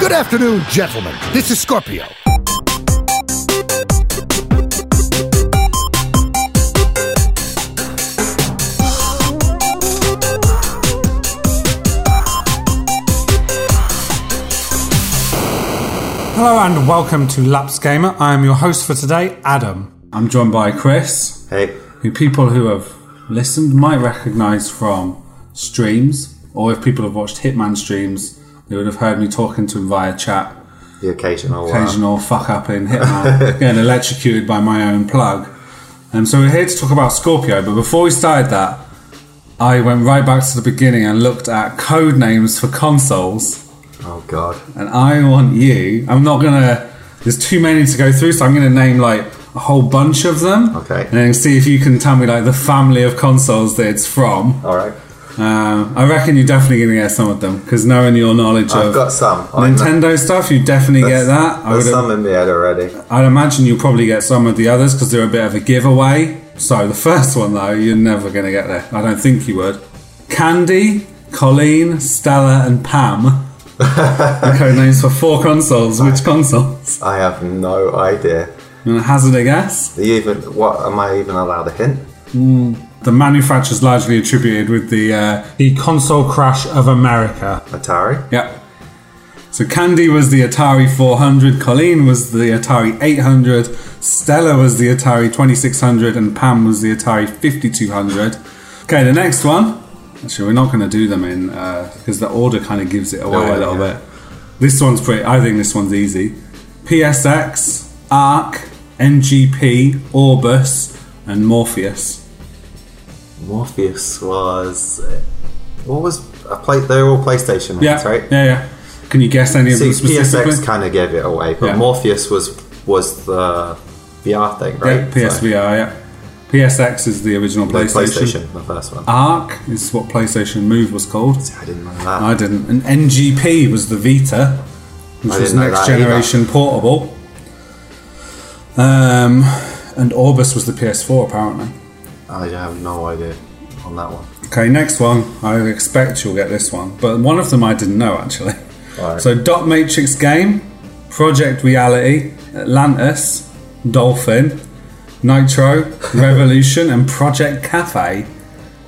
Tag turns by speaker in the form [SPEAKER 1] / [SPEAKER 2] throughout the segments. [SPEAKER 1] Good afternoon, gentlemen. This is Scorpio.
[SPEAKER 2] Hello and welcome to Laps Gamer. I am your host for today, Adam.
[SPEAKER 3] I'm joined by Chris,
[SPEAKER 4] Hey,
[SPEAKER 3] who people who have listened might recognise from streams, or if people have watched Hitman streams, they would have heard me talking to him via chat.
[SPEAKER 4] the occasional. uh,
[SPEAKER 3] Occasional fuck up in Hitman, getting electrocuted by my own plug. Um, so we're here to talk about Scorpio, but before we started that, I went right back to the beginning and looked at code names for consoles.
[SPEAKER 4] oh god.
[SPEAKER 3] and I want you. I'm not gonna. There's too many to go through, so I'm gonna name like a whole bunch of them.
[SPEAKER 4] Okay.
[SPEAKER 3] And then see if you can tell me like the family of consoles that it's from.
[SPEAKER 4] All right.
[SPEAKER 3] Um, I reckon you're definitely gonna get some of them because knowing your knowledge
[SPEAKER 4] I've
[SPEAKER 3] of
[SPEAKER 4] got some. I know-
[SPEAKER 3] Nintendo stuff, you definitely get
[SPEAKER 4] There's-
[SPEAKER 3] that. I
[SPEAKER 4] There's
[SPEAKER 3] would.
[SPEAKER 4] some in the head already.
[SPEAKER 3] I'd imagine you'll probably get some of the others because they're a bit of a giveaway. So the first one though, you're never gonna get there. I don't think you would. Candy, Colleen, Stella, and Pam. are code names for four consoles. Which consoles?
[SPEAKER 4] I have no idea.
[SPEAKER 3] You want to hazard a guess?
[SPEAKER 4] The even what am I even allowed a hint?
[SPEAKER 2] The manufacturer's largely attributed with the uh, the console crash of America.
[SPEAKER 4] Atari.
[SPEAKER 3] Yep. So Candy was the Atari 400, Colleen was the Atari 800, Stella was the Atari 2600, and Pam was the Atari 5200. Okay, the next one. Actually, we're not going to do them in because the order kind of gives it away
[SPEAKER 4] No,
[SPEAKER 3] a little
[SPEAKER 4] yeah.
[SPEAKER 3] bit. This one's pretty. I think this one's easy. PSX, ARC, NGP, Orbis, and Morpheus.
[SPEAKER 4] Morpheus was. uh, What was I played? They were all PlayStation ones,
[SPEAKER 3] Yeah,
[SPEAKER 4] right?
[SPEAKER 3] yeah, yeah. Can you guess any of
[SPEAKER 4] See,
[SPEAKER 3] them specifically?
[SPEAKER 4] PSX kind of gave it away, but
[SPEAKER 3] Yeah.
[SPEAKER 4] Morpheus was was the VR thing, right?
[SPEAKER 3] Yeah, PSVR, yeah. PSX is the original
[SPEAKER 4] So, no,
[SPEAKER 3] PlayStation. Ah.
[SPEAKER 4] PlayStation, the first one.
[SPEAKER 3] ARC is what PlayStation Move was called.
[SPEAKER 4] I didn't know that.
[SPEAKER 3] I didn't. And NGP was the Vita, which
[SPEAKER 4] I
[SPEAKER 3] was
[SPEAKER 4] didn't know
[SPEAKER 3] next
[SPEAKER 4] that either.
[SPEAKER 3] generation portable. Um, and Orbis was the PS4, apparently.
[SPEAKER 4] I have no idea on that one.
[SPEAKER 3] Okay, next one. I expect you'll get this one, but one of them I didn't know actually.
[SPEAKER 4] Alright.
[SPEAKER 3] So, Dot Matrix Game, Project Reality, Atlantis, Dolphin, Nitro, Revolution, and Project Cafe.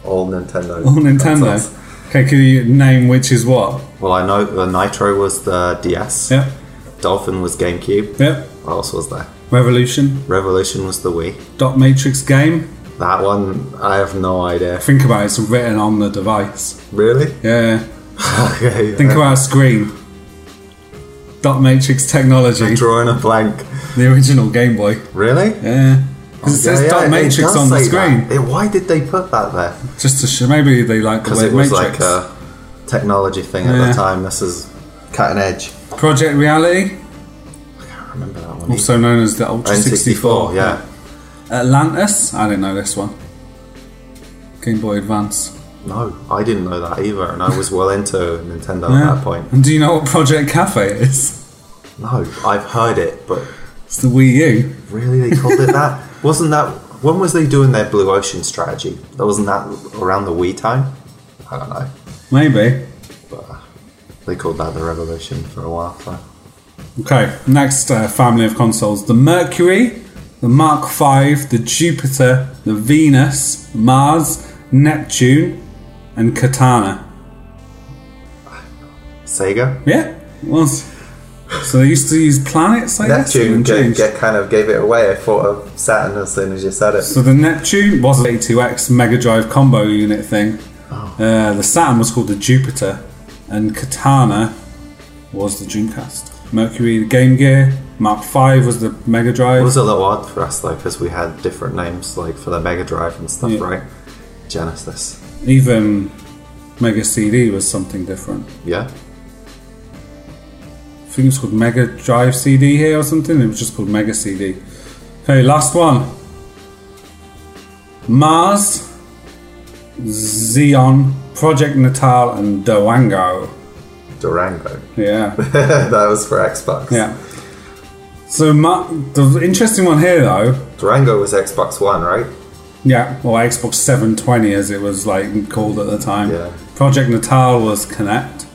[SPEAKER 4] All Nintendo.
[SPEAKER 3] All Nintendo.
[SPEAKER 4] consoles.
[SPEAKER 3] Okay, can you name which is what?
[SPEAKER 4] Well, I know the Nitro was the DS.
[SPEAKER 3] Yep,
[SPEAKER 4] Dolphin was GameCube.
[SPEAKER 3] yep.
[SPEAKER 4] What else was there?
[SPEAKER 3] Revolution,
[SPEAKER 4] Revolution was the Wii.
[SPEAKER 3] Dot Matrix Game.
[SPEAKER 4] That one, I have no idea.
[SPEAKER 3] Think about it, it's written on the device.
[SPEAKER 4] Really?
[SPEAKER 3] Yeah.
[SPEAKER 4] okay.
[SPEAKER 3] Think
[SPEAKER 4] I'm
[SPEAKER 3] about a screen. Dot Matrix Technology,
[SPEAKER 4] drawing a blank.
[SPEAKER 3] the original Game Boy.
[SPEAKER 4] Really?
[SPEAKER 3] Yeah. Because it says
[SPEAKER 4] Oh, Yeah, yeah,
[SPEAKER 3] Dot
[SPEAKER 4] it
[SPEAKER 3] Matrix
[SPEAKER 4] does
[SPEAKER 3] on the
[SPEAKER 4] say that.
[SPEAKER 3] screen.
[SPEAKER 4] It- why did they put that there?
[SPEAKER 3] Just to show, maybe they like the
[SPEAKER 4] Because
[SPEAKER 3] word
[SPEAKER 4] it was
[SPEAKER 3] Matrix.
[SPEAKER 4] like a technology thing at
[SPEAKER 3] Yeah.
[SPEAKER 4] the time. This is cutting edge.
[SPEAKER 3] Project Reality,
[SPEAKER 4] I remember that one.
[SPEAKER 3] also known as the Ultra 64.
[SPEAKER 4] N64, yeah.
[SPEAKER 3] Atlantis, I didn't know this one. Game Boy Advance.
[SPEAKER 4] No, I didn't know that either, and I was well into Nintendo at
[SPEAKER 3] Yeah.
[SPEAKER 4] that point.
[SPEAKER 3] And do you know what Project Cafe is?
[SPEAKER 4] No, I've heard it, but
[SPEAKER 3] It's the Wii U.
[SPEAKER 4] Really, they called it that? Wasn't that when was they doing their blue ocean strategy? That wasn't that around the Wii time? I don't know.
[SPEAKER 3] Maybe.
[SPEAKER 4] They called that the revolution for a while. So.
[SPEAKER 3] Okay, next uh, family of consoles the Mercury, the Mark V, the Jupiter, the Venus, Mars, Neptune, and Katana.
[SPEAKER 4] Sega.
[SPEAKER 3] Yeah, it was. So they used to use planets, I guess.
[SPEAKER 4] Neptune
[SPEAKER 3] and
[SPEAKER 4] get,
[SPEAKER 3] change.
[SPEAKER 4] get kind of gave it away. I thought of Saturn as soon as you said it.
[SPEAKER 3] So the Neptune was an 82X Mega Drive combo unit thing. Uh, the Saturn was called the Jupiter, and Katana was the Dreamcast. Mercury, the Game Gear. Mark V was the Mega Drive.
[SPEAKER 4] It was a little odd for us though because we had different names like for the Mega Drive and stuff,
[SPEAKER 3] Yeah.
[SPEAKER 4] right? Genesis.
[SPEAKER 3] Even Mega CD was something different.
[SPEAKER 4] Yeah.
[SPEAKER 3] I think it was called Mega Drive CD here or something. It was just called Mega CD. Okay, last one. Mars, Xeon, Project Natal, and Doango.
[SPEAKER 4] Durango.
[SPEAKER 3] Yeah.
[SPEAKER 4] that was for Xbox.
[SPEAKER 3] Yeah. So Ma- the interesting one here, though,
[SPEAKER 4] Durango was Xbox One, right?
[SPEAKER 3] yeah, or Xbox 720 as it was like called at the time.
[SPEAKER 4] Yeah.
[SPEAKER 3] Project Natal was Connect.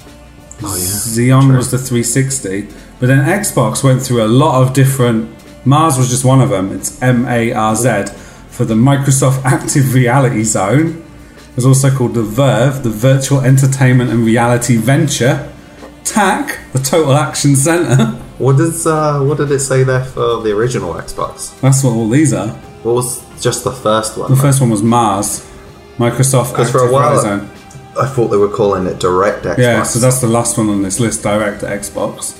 [SPEAKER 4] Oh, yeah.
[SPEAKER 3] Xeon was the 360. But then Xbox went through a lot of different. Mars was just one of them. It's M A R Z for the Microsoft Active Reality Zone. It was also called the Verve, the Virtual Entertainment and Reality Venture. TAC, the Total Action Center.
[SPEAKER 4] What does uh, what did it say there for the original Xbox?
[SPEAKER 3] That's what all these are.
[SPEAKER 4] What was just the first one?
[SPEAKER 3] The first one was Mars. Microsoft Active
[SPEAKER 4] Because for a while-
[SPEAKER 3] Reality Zone.
[SPEAKER 4] I thought they were calling it Direct Xbox.
[SPEAKER 3] Yeah, so that's the last one on this list, direct to Xbox.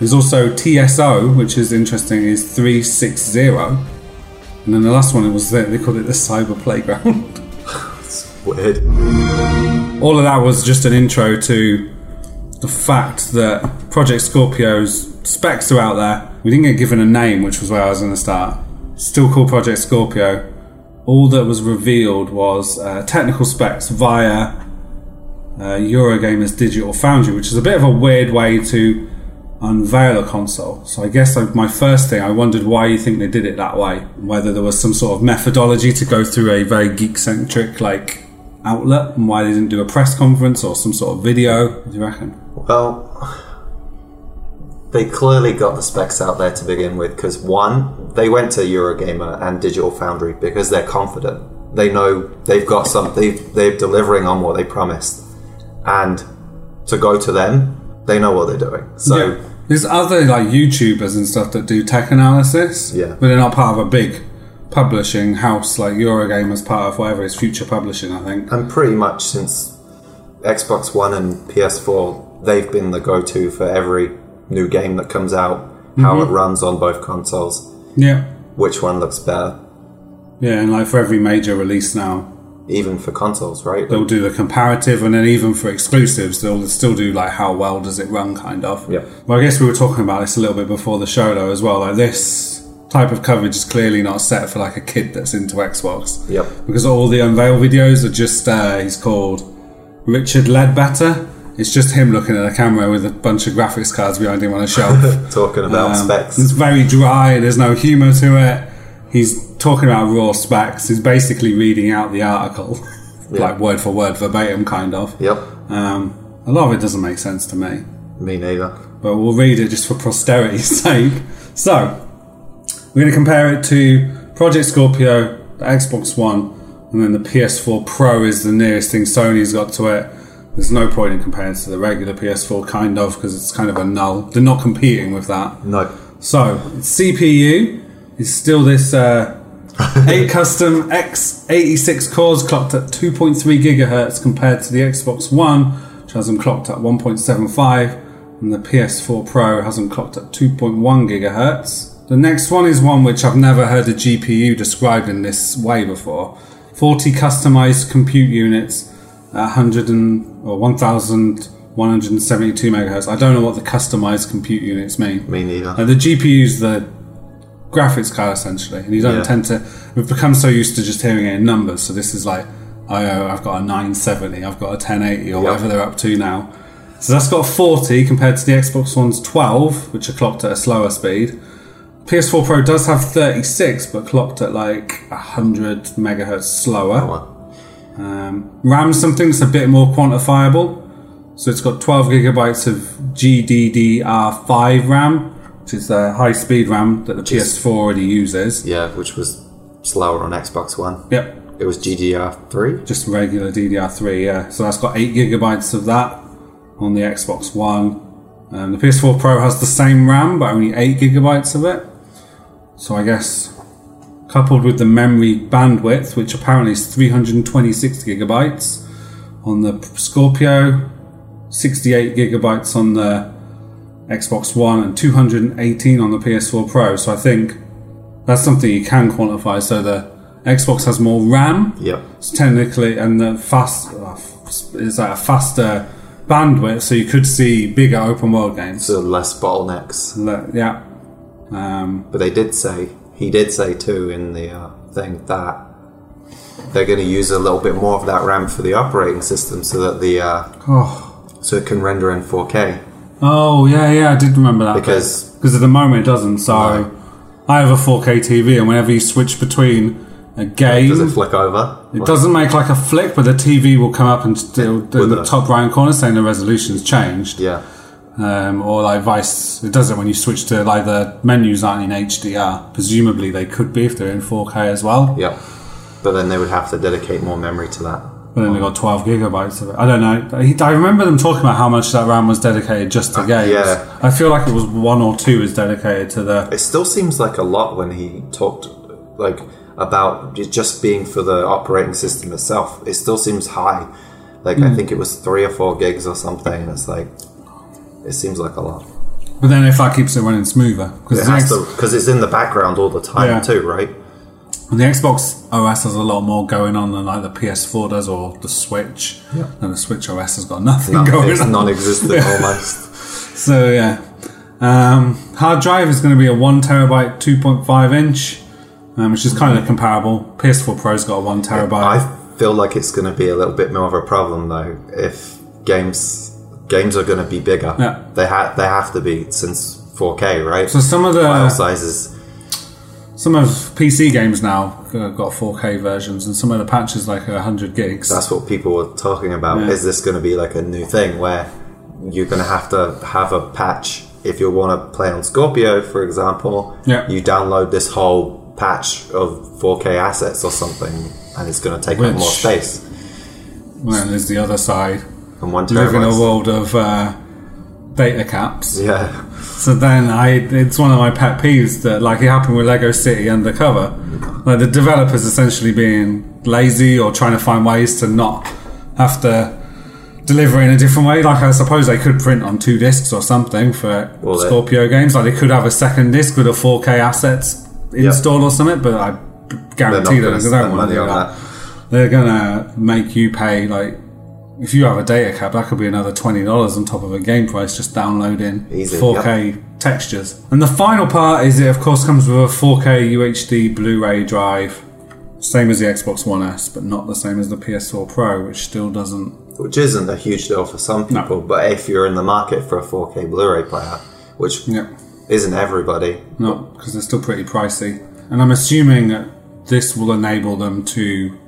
[SPEAKER 3] There's also TSO, which is interesting, is 360. And then the last one it was that they called it the Cyber Playground.
[SPEAKER 4] weird.
[SPEAKER 3] All of that was just an intro to the fact that Project Scorpio's specs are out there. We didn't get given a name, which was where I was going to start. Still called Project Scorpio. All that was revealed was uh, technical specs via uh, Eurogamer's Digital Foundry, which is a bit of a weird way to unveil a console. So I guess like, my first thing, I wondered why you think they did it that way. Whether there was some sort of methodology to go through a very geek-centric like outlet, and why they didn't do a press conference or some sort of video. What do you reckon?
[SPEAKER 4] Well, they clearly got the specs out there to begin with because one, they went to Eurogamer and Digital Foundry because they're confident. They know they've got something, they're delivering on what they promised. And to go to them, they know what they're doing. So,
[SPEAKER 3] Yeah. There's other like YouTubers and stuff that do tech analysis,
[SPEAKER 4] Yeah.
[SPEAKER 3] but they're not part of a big publishing house like Eurogamer's part of whatever is Future Publishing, I think.
[SPEAKER 4] and pretty much since Xbox One and PS4, they've been the go to for every new game that comes out, how it runs on both consoles,
[SPEAKER 3] Yeah,
[SPEAKER 4] which one looks better,
[SPEAKER 3] yeah, and like for every major release now,
[SPEAKER 4] even for consoles, right?
[SPEAKER 3] they'll do the comparative and then even for exclusives they'll still do like how well does it run kind of
[SPEAKER 4] Yeah.
[SPEAKER 3] well i guess we were talking about this a little bit before the show though as well like this type of coverage is clearly not set for like a kid that's into xbox
[SPEAKER 4] Yep.
[SPEAKER 3] because all the unveil videos are just uh, he's called richard ledbetter it's just him looking at a camera with a bunch of graphics cards behind him on a shelf
[SPEAKER 4] Talking about
[SPEAKER 3] um,
[SPEAKER 4] specs.
[SPEAKER 3] It's very dry. There's no humour to it. He's talking about raw specs. He's basically reading out the article, like word for word, verbatim, kind of.
[SPEAKER 4] Yep.
[SPEAKER 3] Um, a lot of it doesn't make sense to me,
[SPEAKER 4] Me neither.
[SPEAKER 3] but we'll read it just for posterity's sake. So we're going to compare it to Project Scorpio, the Xbox One, and then the PS4 Pro is the nearest thing Sony's got to it. There's no point in comparing it to the regular PS4, kind of, because it's kind of a null. They're not competing with that.
[SPEAKER 4] No.
[SPEAKER 3] So CPU is still this uh, eight custom X86 cores clocked at 2.3 gigahertz compared to the Xbox One, which has them clocked at 1.75, and the PS4 Pro has them clocked at 2.1 gigahertz. The next one is one which I've never heard a GPU described in this way before. 40 customized compute units, at 100 and or 1,172 megahertz. I don't know what the customized compute units mean.
[SPEAKER 4] Me neither.
[SPEAKER 3] Like the GPU's the graphics card essentially, and you don't
[SPEAKER 4] Yeah.
[SPEAKER 3] tend to. We've become so used to just hearing it in numbers, so this is like, oh, I've got a 970, I've got a 1080, or whatever they're up to now. So that's got 40 compared to the Xbox One's 12, which are clocked at a slower speed. PS4 Pro does have 36, but clocked at like 100 megahertz slower.
[SPEAKER 4] Oh,
[SPEAKER 3] Um, RAM something that's a bit more quantifiable. So it's got 12 gigabytes of GDDR5 RAM, which is the high speed RAM that the PS4 already uses.
[SPEAKER 4] Yeah, which was slower on Xbox One.
[SPEAKER 3] Yep,
[SPEAKER 4] It was GDR3.
[SPEAKER 3] just regular DDR3, yeah. So that's got 8 gigabytes of that on the Xbox One. Um, the PS4 Pro has the same RAM, but only 8 gigabytes of it. So I guess coupled with the memory bandwidth, which apparently is 326 gigabytes on the Scorpio, 68 gigabytes on the Xbox One, and 218 on the PS4 Pro. So I think that's something you can quantify. So the Xbox has more RAM,
[SPEAKER 4] Yep.
[SPEAKER 3] it's technically and the fast is that a faster bandwidth, so you could see bigger open world games.
[SPEAKER 4] So less bottlenecks.
[SPEAKER 3] Le- Yeah, um,
[SPEAKER 4] But they did say, he did say too in the uh, thing that they're going to use a little bit more of that RAM for the operating system so that the uh,
[SPEAKER 3] oh,
[SPEAKER 4] so it can render in 4K.
[SPEAKER 3] oh yeah, yeah, I did remember that
[SPEAKER 4] Because-
[SPEAKER 3] because at the moment it doesn't. So I have a 4K TV, and whenever you switch between a game.
[SPEAKER 4] Does it flick over?
[SPEAKER 3] It doesn't make like a flick, but the TV will come up and still in the
[SPEAKER 4] a-
[SPEAKER 3] top right corner saying the resolution's changed.
[SPEAKER 4] Yeah.
[SPEAKER 3] Um, or like Vice, it does it when you switch to like the menus aren't in HDR. Presumably they could be if they're in 4K as well.
[SPEAKER 4] Yeah. But then they would have to dedicate more memory to that.
[SPEAKER 3] But then they got 12 gigabytes of it. I don't know. I- I remember them talking about how much that RAM was dedicated just to games.
[SPEAKER 4] Uh, yeah.
[SPEAKER 3] I feel like it was one or two is dedicated to the
[SPEAKER 4] It still seems like a lot when he talked, like about it just being for the operating system itself. It still seems high. Like I think it was three or four gigs or something. It's like it seems like a lot
[SPEAKER 3] But then if that keeps it running smoother, because the, X-
[SPEAKER 4] because it's in the background all the time
[SPEAKER 3] Yeah.
[SPEAKER 4] too, right?
[SPEAKER 3] the Xbox OS has a lot more going on than like the PS4 does or the Switch. And the Switch OS has got nothing
[SPEAKER 4] No,
[SPEAKER 3] going
[SPEAKER 4] it's
[SPEAKER 3] on.
[SPEAKER 4] non-existent
[SPEAKER 3] Yeah.
[SPEAKER 4] almost.
[SPEAKER 3] So yeah, um, hard drive is going to be a one terabyte, two point five inch, um, which is kind of comparable. PS4 Pro's got a one terabyte.
[SPEAKER 4] I feel like it's going to be a little bit more of a problem though if games games are going to be bigger.
[SPEAKER 3] Yeah. uh,
[SPEAKER 4] They ha- they have to be since 4K, right?
[SPEAKER 3] so some of the
[SPEAKER 4] File sizes.
[SPEAKER 3] some of PC games now uh, got 4K versions, and some of the patches like 100 gigs.
[SPEAKER 4] that's what people were talking about.
[SPEAKER 3] Yeah.
[SPEAKER 4] Is this going to be like a new thing where you're going to have to have a patch if you want to play on Scorpio, for example?
[SPEAKER 3] Yeah.
[SPEAKER 4] You download this whole patch of 4K assets or something, and it's going to take up
[SPEAKER 3] Which-
[SPEAKER 4] more space.
[SPEAKER 3] Well, then there's the other side.
[SPEAKER 4] And one
[SPEAKER 3] Live in a
[SPEAKER 4] terabyte.
[SPEAKER 3] world of uh, data caps.
[SPEAKER 4] Yeah,
[SPEAKER 3] So then I it's one of my pet peeves that like it happened with Lego City Undercover. Like the developers essentially being lazy or trying to find ways to not have to deliver it in a different way. Like I suppose they could print on two discs or something for
[SPEAKER 4] Well, they-
[SPEAKER 3] Scorpio games. Like they could have a second disc with a 4K assets installed or something, but I
[SPEAKER 4] they're not
[SPEAKER 3] guarantee that
[SPEAKER 4] going to
[SPEAKER 3] they don't want
[SPEAKER 4] spend
[SPEAKER 3] to
[SPEAKER 4] money
[SPEAKER 3] do
[SPEAKER 4] on
[SPEAKER 3] that.
[SPEAKER 4] that.
[SPEAKER 3] They're gonna make you pay like if you have a data cap, that could be another twenty dollars on top of a game price just downloading
[SPEAKER 4] Easy,
[SPEAKER 3] 4K textures. And the final part is it, of course, comes with a 4K UHD Blu-ray drive, same as the Xbox One S, but not the same as the PS4 Pro, which still doesn't.
[SPEAKER 4] Which isn't a huge deal for some people, but if you're in the market for a 4K Blu-ray player, which
[SPEAKER 3] Yep,
[SPEAKER 4] isn't everybody,
[SPEAKER 3] not because they're still pretty pricey. And I'm assuming that this will enable them to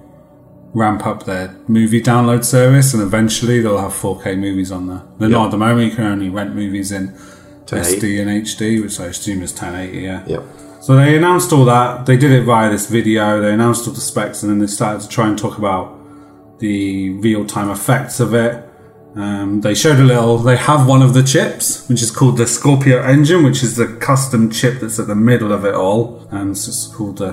[SPEAKER 3] ramp up their movie download service, and eventually they'll have 4K movies on there. They're not at the moment; you can only rent movies in.
[SPEAKER 4] 1080.
[SPEAKER 3] SD and HD, which I assume is 1080. Yeah.
[SPEAKER 4] Yep.
[SPEAKER 3] So they announced all that. They did it via this video. They announced all the specs, and then they started to try and talk about the real-time effects of it. Um, they showed a little. They have one of the chips, which is called the Scorpio Engine, which is the custom chip that's at the middle of it all, and it's just called the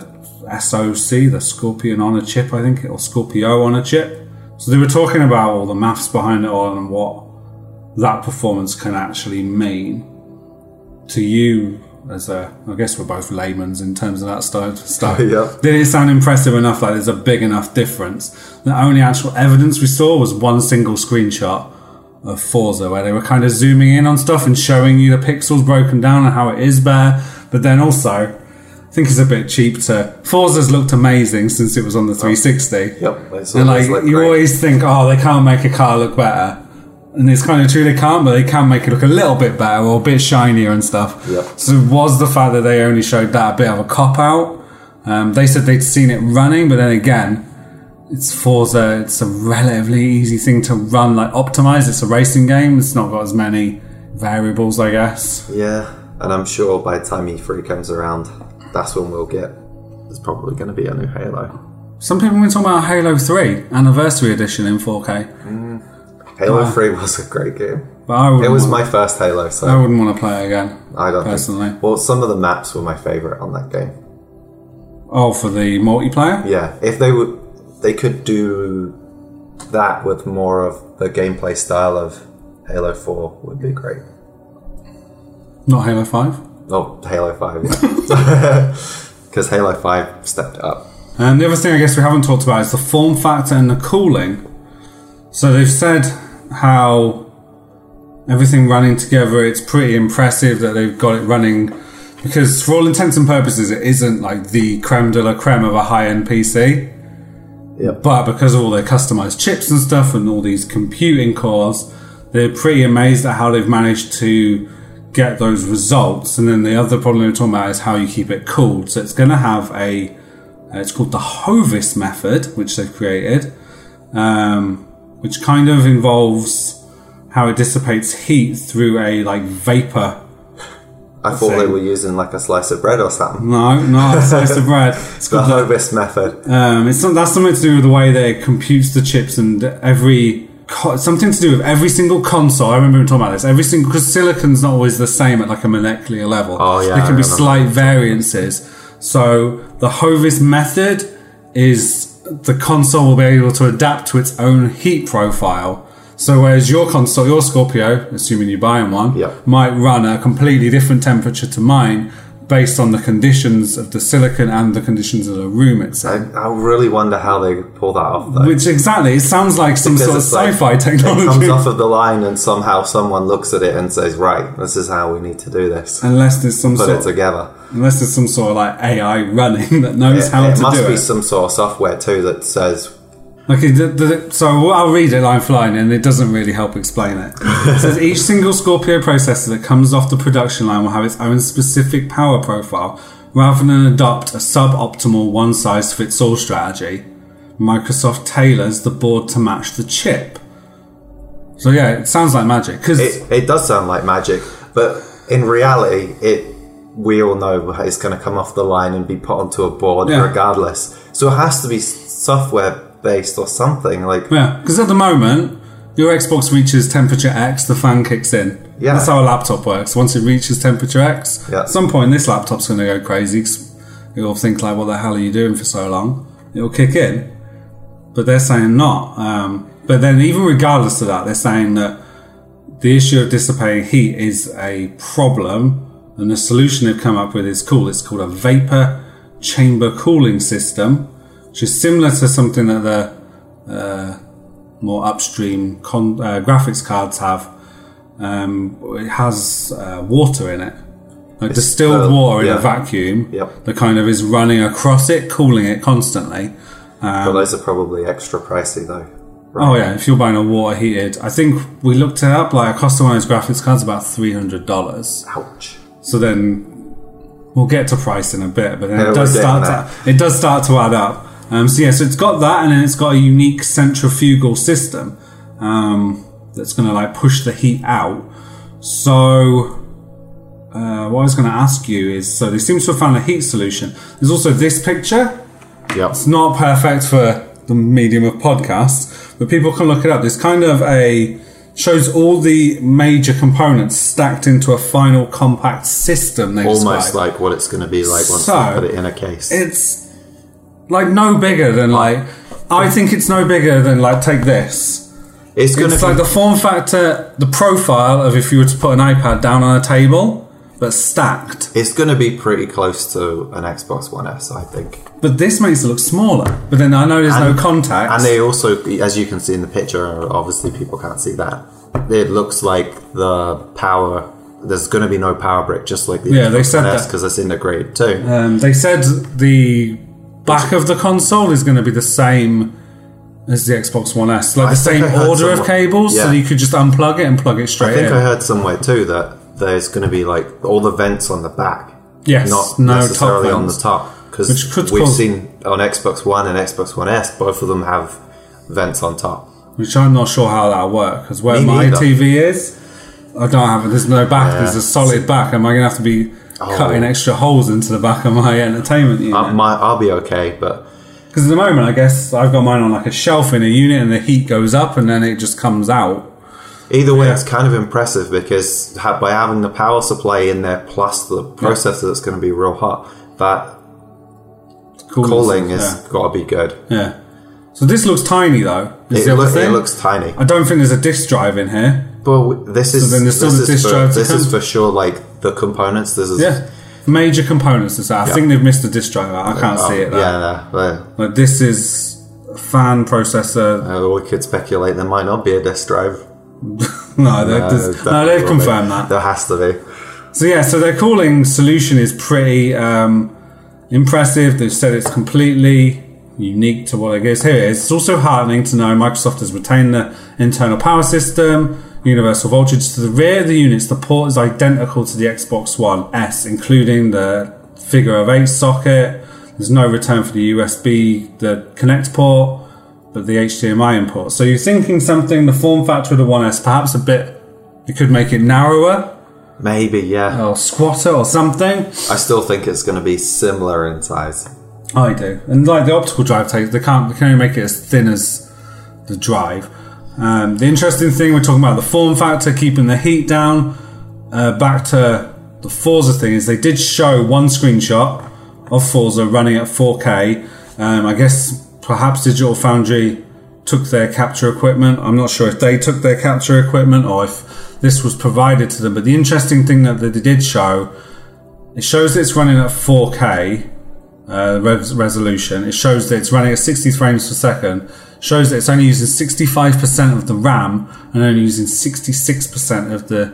[SPEAKER 3] SOC, the Scorpion on a chip, I think, or Scorpio on a chip. So they were talking about all the maths behind it all and what that performance can actually mean to you as a I guess we're both laymen's in terms of that style stuff.
[SPEAKER 4] Yeah.
[SPEAKER 3] Did it sound impressive enough like there's a big enough difference? The only actual evidence we saw was one single screenshot of Forza where they were kind of zooming in on stuff and showing you the pixels broken down and how it is there. But then also I think it's a bit cheap to Forza's looked amazing since it was on the 360.
[SPEAKER 4] Yep, it's
[SPEAKER 3] And like
[SPEAKER 4] always looked
[SPEAKER 3] you
[SPEAKER 4] great.
[SPEAKER 3] always think, oh, they can't make a car look better. And it's kind of true they can't, but they can make it look a little bit better or a bit shinier and stuff.
[SPEAKER 4] Yep.
[SPEAKER 3] So was the fact that they only showed that a bit of a cop out? Um, they said they'd seen it running, but then again, it's Forza. It's a relatively easy thing to run, like optimized. It's a racing game. It's not got as many variables, I guess.
[SPEAKER 4] Yeah, and I'm sure by the time E3 comes around, that's when we'll get. There's probably going to be a new Halo.
[SPEAKER 3] Some people have been talking about Halo Three Anniversary Edition in 4K,
[SPEAKER 4] Halo 3 was a great game.
[SPEAKER 3] but I would.
[SPEAKER 4] It was my first Halo, so
[SPEAKER 3] I wouldn't want to play it again.
[SPEAKER 4] I don't
[SPEAKER 3] Oh, personally.
[SPEAKER 4] Think, well, some of the maps were my favorite on that game.
[SPEAKER 3] Oh, for the multiplayer?
[SPEAKER 4] Yeah, if they would, they could do that with more of the gameplay style of Halo 4 would be great.
[SPEAKER 3] Not Halo 5.
[SPEAKER 4] Oh, Halo 5, yeah. Because Halo 5 stepped up.
[SPEAKER 3] And the other thing I guess we haven't talked about is the form factor and the cooling. So they've said how everything running together, it's pretty impressive that they've got it running because for all intents and purposes it isn't like the creme de la creme of a high-end PC.
[SPEAKER 4] Yep.
[SPEAKER 3] But because of all their customized chips and stuff and all these computing cores, they're pretty amazed at how they've managed to get those results. And then the other problem we're talking about is how you keep it cooled. So it's going to have a Uh, it's called the Hovis method, which they've created, um, which kind of involves how it dissipates heat through a like vapor
[SPEAKER 4] I thought they
[SPEAKER 3] Same. Mm-hmm.
[SPEAKER 4] were using like a slice of bread or something.
[SPEAKER 3] No, not a slice of bread. It's
[SPEAKER 4] The
[SPEAKER 3] called the,
[SPEAKER 4] Hovis method.
[SPEAKER 3] um, it's some, that's something to do with the way that it computes the chips and every co- something to do with every single console. I remember him talking about this. Every single because silicon's not always the same at like a molecular level.
[SPEAKER 4] Oh, yeah,
[SPEAKER 3] there
[SPEAKER 4] I
[SPEAKER 3] can be
[SPEAKER 4] remember.
[SPEAKER 3] slight variances. So the Hovis method is the console will be able to adapt to its own heat profile. So whereas your console, your Scorpio, assuming you're buying one,
[SPEAKER 4] Yeah.
[SPEAKER 3] might run a completely different temperature to mine based on the conditions of the silicon and the conditions of the room
[SPEAKER 4] I,
[SPEAKER 3] itself.
[SPEAKER 4] I really wonder how they pull that off though.
[SPEAKER 3] Which exactly, it sounds like some
[SPEAKER 4] Because
[SPEAKER 3] sort of
[SPEAKER 4] it's like,
[SPEAKER 3] sci-fi
[SPEAKER 4] It comes
[SPEAKER 3] technology.
[SPEAKER 4] off of the line, and somehow someone looks at it and says, "Right, this is how we need to do this."
[SPEAKER 3] Unless there's some
[SPEAKER 4] Put
[SPEAKER 3] sort,
[SPEAKER 4] it together.
[SPEAKER 3] unless there's some sort of like AI running that knows
[SPEAKER 4] It,
[SPEAKER 3] how
[SPEAKER 4] it
[SPEAKER 3] to
[SPEAKER 4] must
[SPEAKER 3] do
[SPEAKER 4] be
[SPEAKER 3] it.
[SPEAKER 4] some sort of software too that says,
[SPEAKER 3] Okay, the, the, so I'll read it line for line, and it doesn't really help explain it. It says each single Scorpio processor that comes off the production line will have its own specific power profile, rather than adopt a suboptimal one-size-fits-all strategy. Microsoft tailors the board to match the chip. So yeah, it sounds like magic because
[SPEAKER 4] it, "It does sound like magic," but in reality, it we all know it's going to come off the line and be put onto a board
[SPEAKER 3] Yeah.
[SPEAKER 4] regardless. So it has to be software based or something like.
[SPEAKER 3] yeah, because at the moment your Xbox reaches temperature X, the fan kicks in.
[SPEAKER 4] Yeah.
[SPEAKER 3] that's how a laptop works. Once it reaches temperature X,
[SPEAKER 4] Yeah.
[SPEAKER 3] at some point this laptop's going to go crazy. it it'll think like, "What the hell are you doing for so long?" It'll kick in, but they're saying not. Um, but then, even regardless of that, they're saying that the issue of dissipating heat is a problem, and the solution they've come up with is cool. It's called a vapor chamber cooling system, which is similar to something that the uh, more upstream con- uh, graphics cards have. Um, it has uh, water in it, like distilled
[SPEAKER 4] uh,
[SPEAKER 3] water in
[SPEAKER 4] yeah.
[SPEAKER 3] a vacuum
[SPEAKER 4] Yep.
[SPEAKER 3] that kind of is running across it, cooling it constantly.
[SPEAKER 4] but those are probably extra pricey though. Right?
[SPEAKER 3] Um, Oh yeah, if you're buying a water heated, I think we looked it up. Like a cost of one of those graphics cards is about three hundred dollars.
[SPEAKER 4] Ouch.
[SPEAKER 3] So then we'll get to price in a bit, but then
[SPEAKER 4] Yeah,
[SPEAKER 3] it does
[SPEAKER 4] we're
[SPEAKER 3] start
[SPEAKER 4] getting
[SPEAKER 3] to it does start to add up. Um, so yeah, so it's got that, and then it's got a unique centrifugal system um, that's going to like push the heat out. So uh, what I was going to ask you is, so they seem to have found a heat solution. There's also this picture
[SPEAKER 4] Yep.
[SPEAKER 3] it's not perfect for the medium of podcast, but people can look it up. There's kind of a shows all the major components stacked into a final compact system. They
[SPEAKER 4] Almost
[SPEAKER 3] describe.
[SPEAKER 4] like what it's going to be like once
[SPEAKER 3] So,
[SPEAKER 4] they put it in a case.
[SPEAKER 3] it's like no bigger than like I think it's no bigger than like take this.
[SPEAKER 4] it's going
[SPEAKER 3] It's
[SPEAKER 4] to
[SPEAKER 3] like
[SPEAKER 4] be
[SPEAKER 3] the form factor, the profile of if you were to put an iPad down on a table, but stacked.
[SPEAKER 4] It's going to be pretty close to an Xbox One S, I think.
[SPEAKER 3] But this makes it look smaller. But then I know there's
[SPEAKER 4] And-
[SPEAKER 3] no contact.
[SPEAKER 4] And they also, as you can see in the picture, obviously people can't see that. It looks like the power. There's going to be no power brick, just like the
[SPEAKER 3] Yeah, they
[SPEAKER 4] Xbox
[SPEAKER 3] said
[SPEAKER 4] One S
[SPEAKER 3] that.
[SPEAKER 4] because it's integrated too.
[SPEAKER 3] Um, they said the back of the console is going to be the same as the Xbox One S, like the
[SPEAKER 4] think
[SPEAKER 3] same
[SPEAKER 4] I heard
[SPEAKER 3] order of
[SPEAKER 4] someone-
[SPEAKER 3] cables, so
[SPEAKER 4] yeah.
[SPEAKER 3] you could just unplug it and plug it
[SPEAKER 4] I
[SPEAKER 3] straight
[SPEAKER 4] think
[SPEAKER 3] in.
[SPEAKER 4] I heard somewhere too that there's going to be like all the vents on the back,
[SPEAKER 3] yes,
[SPEAKER 4] not
[SPEAKER 3] no
[SPEAKER 4] necessarily
[SPEAKER 3] top
[SPEAKER 4] on the
[SPEAKER 3] vents.
[SPEAKER 4] top.
[SPEAKER 3] Which could
[SPEAKER 4] Because we've
[SPEAKER 3] cause-
[SPEAKER 4] seen on Xbox One and Xbox One S, both of them have vents on top.
[SPEAKER 3] which I'm not sure how that'll work because where
[SPEAKER 4] Me
[SPEAKER 3] my
[SPEAKER 4] neither.
[SPEAKER 3] TV is, I don't have it. There's no back.
[SPEAKER 4] Yeah.
[SPEAKER 3] There's a solid back. Am I going to have to be
[SPEAKER 4] Oh. Um.
[SPEAKER 3] cutting extra holes into the back of my entertainment
[SPEAKER 4] I,
[SPEAKER 3] unit?
[SPEAKER 4] Uh, my, I'll be okay, but
[SPEAKER 3] Because at the moment, I guess I've got mine on like a shelf in a unit, and the heat goes up, and then it just comes out.
[SPEAKER 4] Either way,
[SPEAKER 3] Yeah.
[SPEAKER 4] it's kind of impressive because ha- by having the power supply in there plus the processor that's going to be real hot, that
[SPEAKER 3] Cooling
[SPEAKER 4] cooling
[SPEAKER 3] system,
[SPEAKER 4] has
[SPEAKER 3] Mm. yeah.
[SPEAKER 4] got to be good.
[SPEAKER 3] Yeah. So this looks tiny though. Is
[SPEAKER 4] It,
[SPEAKER 3] the other
[SPEAKER 4] look- it
[SPEAKER 3] thing.
[SPEAKER 4] looks tiny,
[SPEAKER 3] I don't think there's a disk drive in here.
[SPEAKER 4] but w- this is
[SPEAKER 3] then there's still
[SPEAKER 4] this,
[SPEAKER 3] the
[SPEAKER 4] is
[SPEAKER 3] disk
[SPEAKER 4] for,
[SPEAKER 3] drive to
[SPEAKER 4] this
[SPEAKER 3] come.
[SPEAKER 4] is for sure like the components. This is
[SPEAKER 3] Yeah. Major components is that. I
[SPEAKER 4] Yeah.
[SPEAKER 3] think they've missed a disk drive out. I can't
[SPEAKER 4] Oh,
[SPEAKER 3] see it.
[SPEAKER 4] yeah,
[SPEAKER 3] There.
[SPEAKER 4] yeah, well,
[SPEAKER 3] Like this is a fan processor.
[SPEAKER 4] uh, we could speculate there might not be a disk drive.
[SPEAKER 3] No, they- there's- no
[SPEAKER 4] Uh, definitely
[SPEAKER 3] they've
[SPEAKER 4] will be.
[SPEAKER 3] confirmed that.
[SPEAKER 4] there has to be.
[SPEAKER 3] So yeah, so their calling solution is pretty um, impressive. They've said it's completely unique to what it is. Here it is. It's also heartening to know Microsoft has retained the internal power system, universal voltage to the rear of the units. The port is identical to the Xbox One S, including the figure of eight socket. There's no return for the USB, the Connect port, but the HDMI import. So you're thinking something, the form factor of the 1S, perhaps a bit, you could make it narrower
[SPEAKER 4] Maybe, yeah.
[SPEAKER 3] or squatter or something.
[SPEAKER 4] I still think it's going to be similar in size.
[SPEAKER 3] I do, and like the optical drive takes, they can't they can only make it as thin as the drive. Um, the interesting thing we're talking about the form factor, keeping the heat down. Uh, back to the Forza thing is they did show one screenshot of Forza running at 4K. Um, I guess perhaps Digital Foundry took their capture equipment. I'm not sure if they took their capture equipment or if this was provided to them. But the interesting thing that they did show, it shows it's running at 4K uh, res- resolution. It shows that it's running at 60 frames per second. Shows that it's only using 65% of the RAM and only using 66% of the.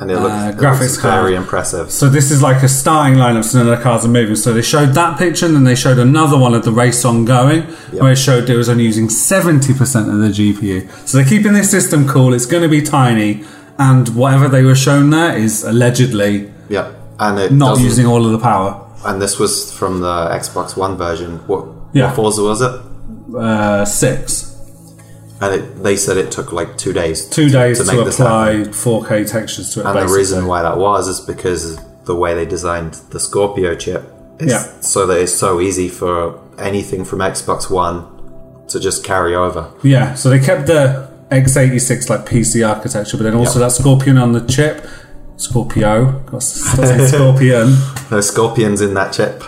[SPEAKER 4] And it looks,
[SPEAKER 3] Uh,
[SPEAKER 4] it
[SPEAKER 3] graphics
[SPEAKER 4] looks very
[SPEAKER 3] card.
[SPEAKER 4] impressive.
[SPEAKER 3] So this is like a starting lineup, so none of the cars are moving. So they showed that picture, and then they showed another one of the race ongoing, where it showed it was only using 70% of the GPU. So they're keeping this system cool. It's going to be tiny, and whatever they were shown there is allegedly
[SPEAKER 4] Yeah, and it
[SPEAKER 3] not
[SPEAKER 4] doesn't-
[SPEAKER 3] using all of the power.
[SPEAKER 4] And this was from the Xbox One version. What,
[SPEAKER 3] Yeah.
[SPEAKER 4] what Forza was it?
[SPEAKER 3] Uh, six.
[SPEAKER 4] And it, they said it took like two days.
[SPEAKER 3] Two days to,
[SPEAKER 4] make this
[SPEAKER 3] apply
[SPEAKER 4] happen.
[SPEAKER 3] 4K textures to it.
[SPEAKER 4] And
[SPEAKER 3] basically.
[SPEAKER 4] the reason why that was is because the way they designed the Scorpio chip is
[SPEAKER 3] Yeah.
[SPEAKER 4] so that it's so easy for anything from Xbox One to just carry over.
[SPEAKER 3] Yeah, so they kept the x86 like PC architecture, but then also
[SPEAKER 4] Yep.
[SPEAKER 3] that Scorpion on the chip. Scorpio, got s- still say Scorpion,
[SPEAKER 4] No Scorpions in that chip.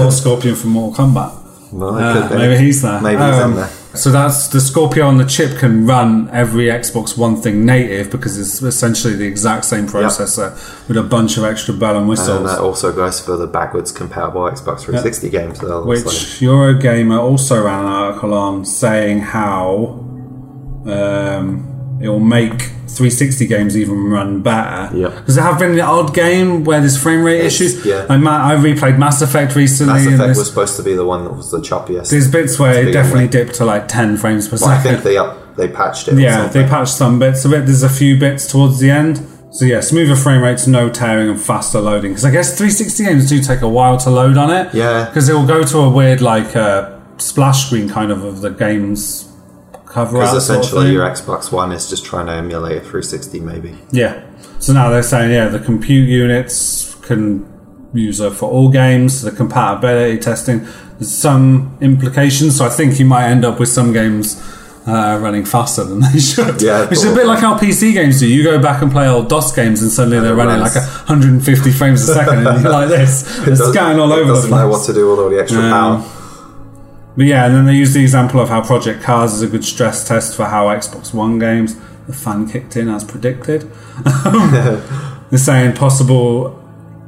[SPEAKER 3] or Scorpion from Mortal Kombat.
[SPEAKER 4] Well, it
[SPEAKER 3] Ah,
[SPEAKER 4] could be.
[SPEAKER 3] maybe he's there.
[SPEAKER 4] Maybe he's in
[SPEAKER 3] Um,
[SPEAKER 4] there.
[SPEAKER 3] So that's the Scorpio on the chip can run every Xbox One thing native because it's essentially the exact same processor with a bunch of extra bell and
[SPEAKER 4] And uh,
[SPEAKER 3] whistles.
[SPEAKER 4] that also goes for the backwards compatible Xbox 360 games. So it
[SPEAKER 3] which
[SPEAKER 4] looks like-
[SPEAKER 3] Eurogamer also ran an article on saying how um, it will make 360 games even run better.
[SPEAKER 4] Yeah.
[SPEAKER 3] because there have been the odd game where there's frame rate
[SPEAKER 4] It's-
[SPEAKER 3] issues.
[SPEAKER 4] yeah.
[SPEAKER 3] Like, Ma- I replayed Mass Effect recently.
[SPEAKER 4] Mass
[SPEAKER 3] and
[SPEAKER 4] Effect
[SPEAKER 3] there's,
[SPEAKER 4] was supposed to be the one that was the choppiest.
[SPEAKER 3] there's bits
[SPEAKER 4] to
[SPEAKER 3] where it
[SPEAKER 4] begin
[SPEAKER 3] definitely
[SPEAKER 4] with.
[SPEAKER 3] dipped to like 10 frames per
[SPEAKER 4] Well, I
[SPEAKER 3] second.
[SPEAKER 4] think they up, they patched it. or
[SPEAKER 3] Yeah,
[SPEAKER 4] something.
[SPEAKER 3] they patched some bits of it. There's a few bits towards the end. So yeah, smoother frame rates, no tearing, and faster loading. Because I guess 360 games do take a while to load on it.
[SPEAKER 4] Yeah.
[SPEAKER 3] because it will go to a weird like uh, splash screen kind of of the game's cover art.
[SPEAKER 4] Because
[SPEAKER 3] sort of
[SPEAKER 4] essentially
[SPEAKER 3] thing.
[SPEAKER 4] your Xbox One is just trying to emulate a 360, maybe.
[SPEAKER 3] Yeah. So now they're saying, yeah, the compute units can use it for all games, the compatibility testing, there's some implications. So I think you might end up with some games uh, running faster than they should.
[SPEAKER 4] Yeah,
[SPEAKER 3] Which is a bit like how PC games do. You go back and play old DOS games and suddenly they're
[SPEAKER 4] it
[SPEAKER 3] running
[SPEAKER 4] runs.
[SPEAKER 3] like 150 frames a second and you're like this. It's
[SPEAKER 4] Does-
[SPEAKER 3] going all
[SPEAKER 4] it
[SPEAKER 3] over the place.
[SPEAKER 4] doesn't know what to do with all the extra
[SPEAKER 3] Um,
[SPEAKER 4] power.
[SPEAKER 3] But yeah, and then they use the example of how Project Cars is a good stress test for how Xbox One games. The fan kicked in as predicted. They're saying possible,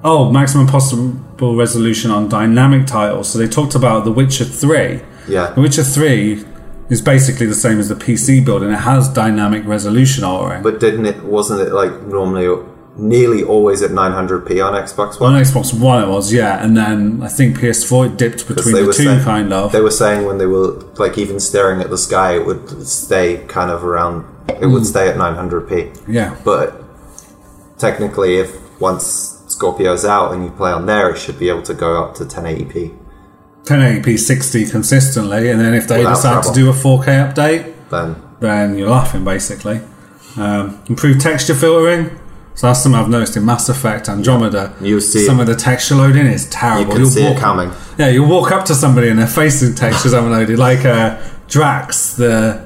[SPEAKER 3] oh, maximum possible resolution on dynamic titles. So they talked about The Witcher 3.
[SPEAKER 4] Yeah.
[SPEAKER 3] The Witcher 3 is basically the same as the PC build and it has dynamic resolution already.
[SPEAKER 4] But didn't it? Wasn't it like normally, nearly always at 900p on Xbox
[SPEAKER 3] on
[SPEAKER 4] One?
[SPEAKER 3] Xbox One, it was, yeah. And then I think PS4 it dipped
[SPEAKER 4] Because
[SPEAKER 3] between the two, kind of.
[SPEAKER 4] They were saying when they were like even staring at the sky, it would stay kind of around. It would
[SPEAKER 3] Hmm.
[SPEAKER 4] stay at 900p.
[SPEAKER 3] yeah.
[SPEAKER 4] But technically, if once Scorpio's out and you play on there, it should be able to go up to 1080p.
[SPEAKER 3] 1080p 60 consistently, and then if they
[SPEAKER 4] Without
[SPEAKER 3] decide to
[SPEAKER 4] trouble.
[SPEAKER 3] do a 4K update,
[SPEAKER 4] Then
[SPEAKER 3] then you're laughing basically. Um, improved texture filtering. So that's something I've noticed in Mass Effect Andromeda.
[SPEAKER 4] You'll see
[SPEAKER 3] some
[SPEAKER 4] it.
[SPEAKER 3] of the texture loading is
[SPEAKER 4] you
[SPEAKER 3] terrible.
[SPEAKER 4] can
[SPEAKER 3] You'll
[SPEAKER 4] see it
[SPEAKER 3] walk-
[SPEAKER 4] coming.
[SPEAKER 3] Yeah, you walk up to somebody and their face and textures unloaded, like uh, Drax the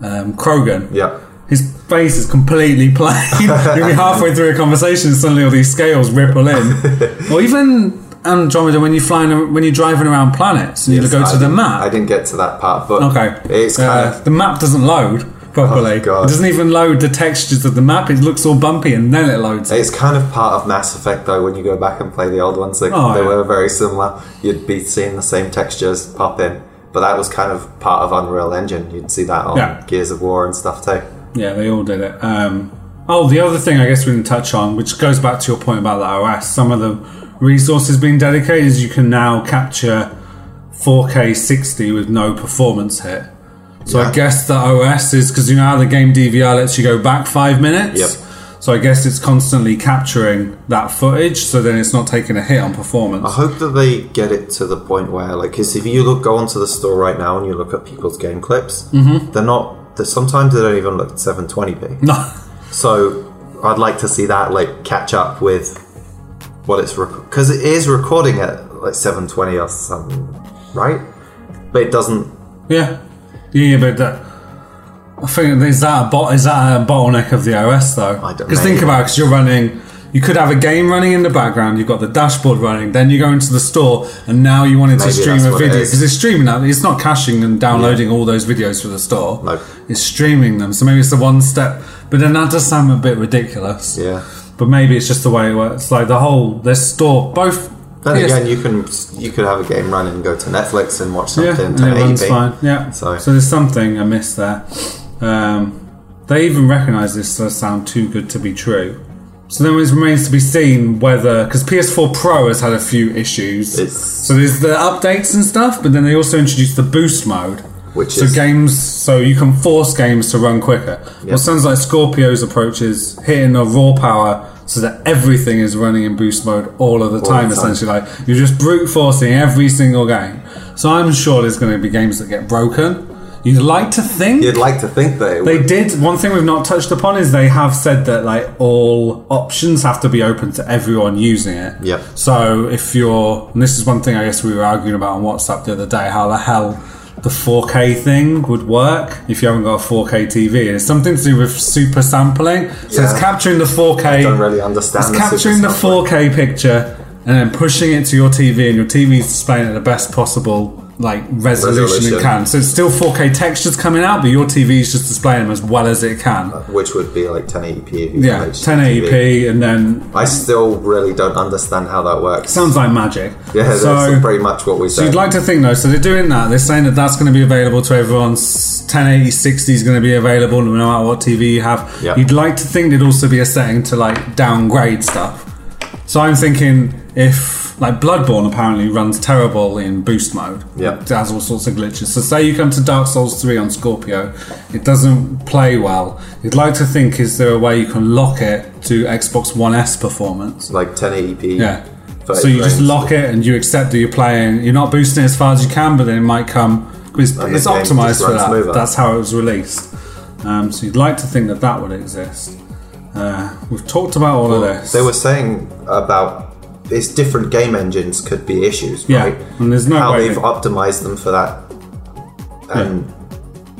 [SPEAKER 3] um, Krogan.
[SPEAKER 4] Yeah.
[SPEAKER 3] His face is completely plain. You'll be halfway through a conversation, and suddenly all these scales ripple in. or even Andromeda, when you're flying, when you're driving around planets, and you
[SPEAKER 4] Yes,
[SPEAKER 3] go
[SPEAKER 4] I
[SPEAKER 3] to the
[SPEAKER 4] didn't-
[SPEAKER 3] map.
[SPEAKER 4] I didn't get to that part, but
[SPEAKER 3] Okay.
[SPEAKER 4] it's kind
[SPEAKER 3] Uh, the map doesn't load properly.
[SPEAKER 4] Oh, God.
[SPEAKER 3] It doesn't even load the textures of the map. It looks all bumpy and then it loads.
[SPEAKER 4] of it's kind of part of Mass Effect though. When you go back and play the old ones, they,
[SPEAKER 3] Oh,
[SPEAKER 4] they
[SPEAKER 3] yeah.
[SPEAKER 4] were very similar. You'd be seeing the same textures pop in, but that was kind of part of Unreal Engine. You'd see that on
[SPEAKER 3] Yeah.
[SPEAKER 4] Gears of War and stuff too.
[SPEAKER 3] Yeah, they all did it. Um, oh, the other thing I guess we didn't touch on, which goes back to your point about the OS, some of the resources being dedicated is you can now capture 4K 60 with no performance hit. So I guess the OS is because you know how the game DVR lets you go back five minutes.
[SPEAKER 4] Yep.
[SPEAKER 3] So I guess it's constantly capturing that footage, so then it's not taking a hit on performance.
[SPEAKER 4] I hope that they get it to the point where, like, 'cause if you look, go onto the store right now and you look at people's game clips,
[SPEAKER 3] Mm-hmm.
[SPEAKER 4] they're not. They're, sometimes they don't even look at 720p.
[SPEAKER 3] No,
[SPEAKER 4] So I'd like to see that like catch up with what it's because it is recording at like 720 or something, right? But it doesn't.
[SPEAKER 3] yeah, yeah, yeah, but that. I think is that a bot? Is that a bottleneck of the OS though?
[SPEAKER 4] I don't
[SPEAKER 3] Because
[SPEAKER 4] know.
[SPEAKER 3] think about because you're running. You could have a game running in the background. You've got the dashboard running. Then you go into the store, and now you wanted to
[SPEAKER 4] Maybe
[SPEAKER 3] stream
[SPEAKER 4] that's
[SPEAKER 3] a
[SPEAKER 4] what it
[SPEAKER 3] video
[SPEAKER 4] is.
[SPEAKER 3] because it's streaming that. It's not caching and downloading all those videos for the store.
[SPEAKER 4] No.
[SPEAKER 3] It's streaming them. So maybe it's the one step. But then that does sound a bit ridiculous.
[SPEAKER 4] Yeah.
[SPEAKER 3] But maybe it's just the way it works. Like the whole this store, both.
[SPEAKER 4] Then
[SPEAKER 3] PS
[SPEAKER 4] again, you can you could have a game run and go to Netflix and watch
[SPEAKER 3] yeah,
[SPEAKER 4] something.
[SPEAKER 3] and it runs
[SPEAKER 4] 1080p.
[SPEAKER 3] fine. Yeah.
[SPEAKER 4] So-
[SPEAKER 3] So. there's something I missed there. Um, they even recognise this does sound too good to be true. So then it remains to be seen whether because PS4 Pro has had a few issues.
[SPEAKER 4] It's-
[SPEAKER 3] so there's the updates and stuff, but then they also introduced the boost mode,
[SPEAKER 4] Which
[SPEAKER 3] so
[SPEAKER 4] is-
[SPEAKER 3] games so you can force games to run quicker.
[SPEAKER 4] Yeah.
[SPEAKER 3] What sounds like Scorpio's approach is hitting the raw power so that everything is running in boost mode all of the
[SPEAKER 4] the
[SPEAKER 3] time,
[SPEAKER 4] time.
[SPEAKER 3] essentially. Like you're just brute forcing every single game. So I'm sure there's going to be games that get broken. You'd like to think
[SPEAKER 4] You'd like to think that it
[SPEAKER 3] they
[SPEAKER 4] would.
[SPEAKER 3] did. One thing we've not touched upon is they have said that like all options have to be open to everyone using it.
[SPEAKER 4] Yep.
[SPEAKER 3] So if you're, and this is one thing I guess we were arguing about on WhatsApp the other day, how the hell the 4K thing would work if you haven't got a 4K TV. It's something to do with super sampling. So
[SPEAKER 4] Yeah.
[SPEAKER 3] it's capturing the 4K. I
[SPEAKER 4] don't really understand
[SPEAKER 3] It's
[SPEAKER 4] the super
[SPEAKER 3] capturing the
[SPEAKER 4] sampling.
[SPEAKER 3] 4K picture and then pushing it to your TV, and your TV's displaying it at the best possible like resolution,
[SPEAKER 4] Resolution.
[SPEAKER 3] it can. So it's still 4K textures coming out, but your TV's just displaying them as well as it can.
[SPEAKER 4] Which would be like 1080p. If you
[SPEAKER 3] Yeah,
[SPEAKER 4] had
[SPEAKER 3] 1080p, and then
[SPEAKER 4] I still really don't understand how that works.
[SPEAKER 3] sounds like magic.
[SPEAKER 4] yeah,
[SPEAKER 3] so.
[SPEAKER 4] that's pretty much what we
[SPEAKER 3] So
[SPEAKER 4] said.
[SPEAKER 3] you'd like to think though, so they're doing that. They're saying that that's going to be available to everyone. S- 1080 60 is going to be available no matter what TV you have.
[SPEAKER 4] Yeah.
[SPEAKER 3] You'd like to think there'd also be a setting to like downgrade stuff. So I'm thinking if like Bloodborne apparently runs terrible in boost mode.
[SPEAKER 4] Yeah.
[SPEAKER 3] It has all sorts of glitches. So say you come to Dark Souls 3 on Scorpio, it doesn't play well. You'd like to think is there a way you can lock it to Xbox One S performance?
[SPEAKER 4] like 1080p.
[SPEAKER 3] Yeah.
[SPEAKER 4] But
[SPEAKER 3] So you just
[SPEAKER 4] range-
[SPEAKER 3] lock it and you accept that you're playing. You're not boosting it as far as you can, but then it might come. It's,
[SPEAKER 4] And the
[SPEAKER 3] it's
[SPEAKER 4] game just
[SPEAKER 3] optimized for
[SPEAKER 4] runs
[SPEAKER 3] that.
[SPEAKER 4] smoother.
[SPEAKER 3] That's how it was released. Um, so you'd like to think that that would exist. Uh, we've talked about all of this.
[SPEAKER 4] They were saying about it's different game engines could be issues,
[SPEAKER 3] Yeah,
[SPEAKER 4] right?
[SPEAKER 3] and there's no
[SPEAKER 4] how
[SPEAKER 3] way
[SPEAKER 4] they've
[SPEAKER 3] they-
[SPEAKER 4] optimized them for that, and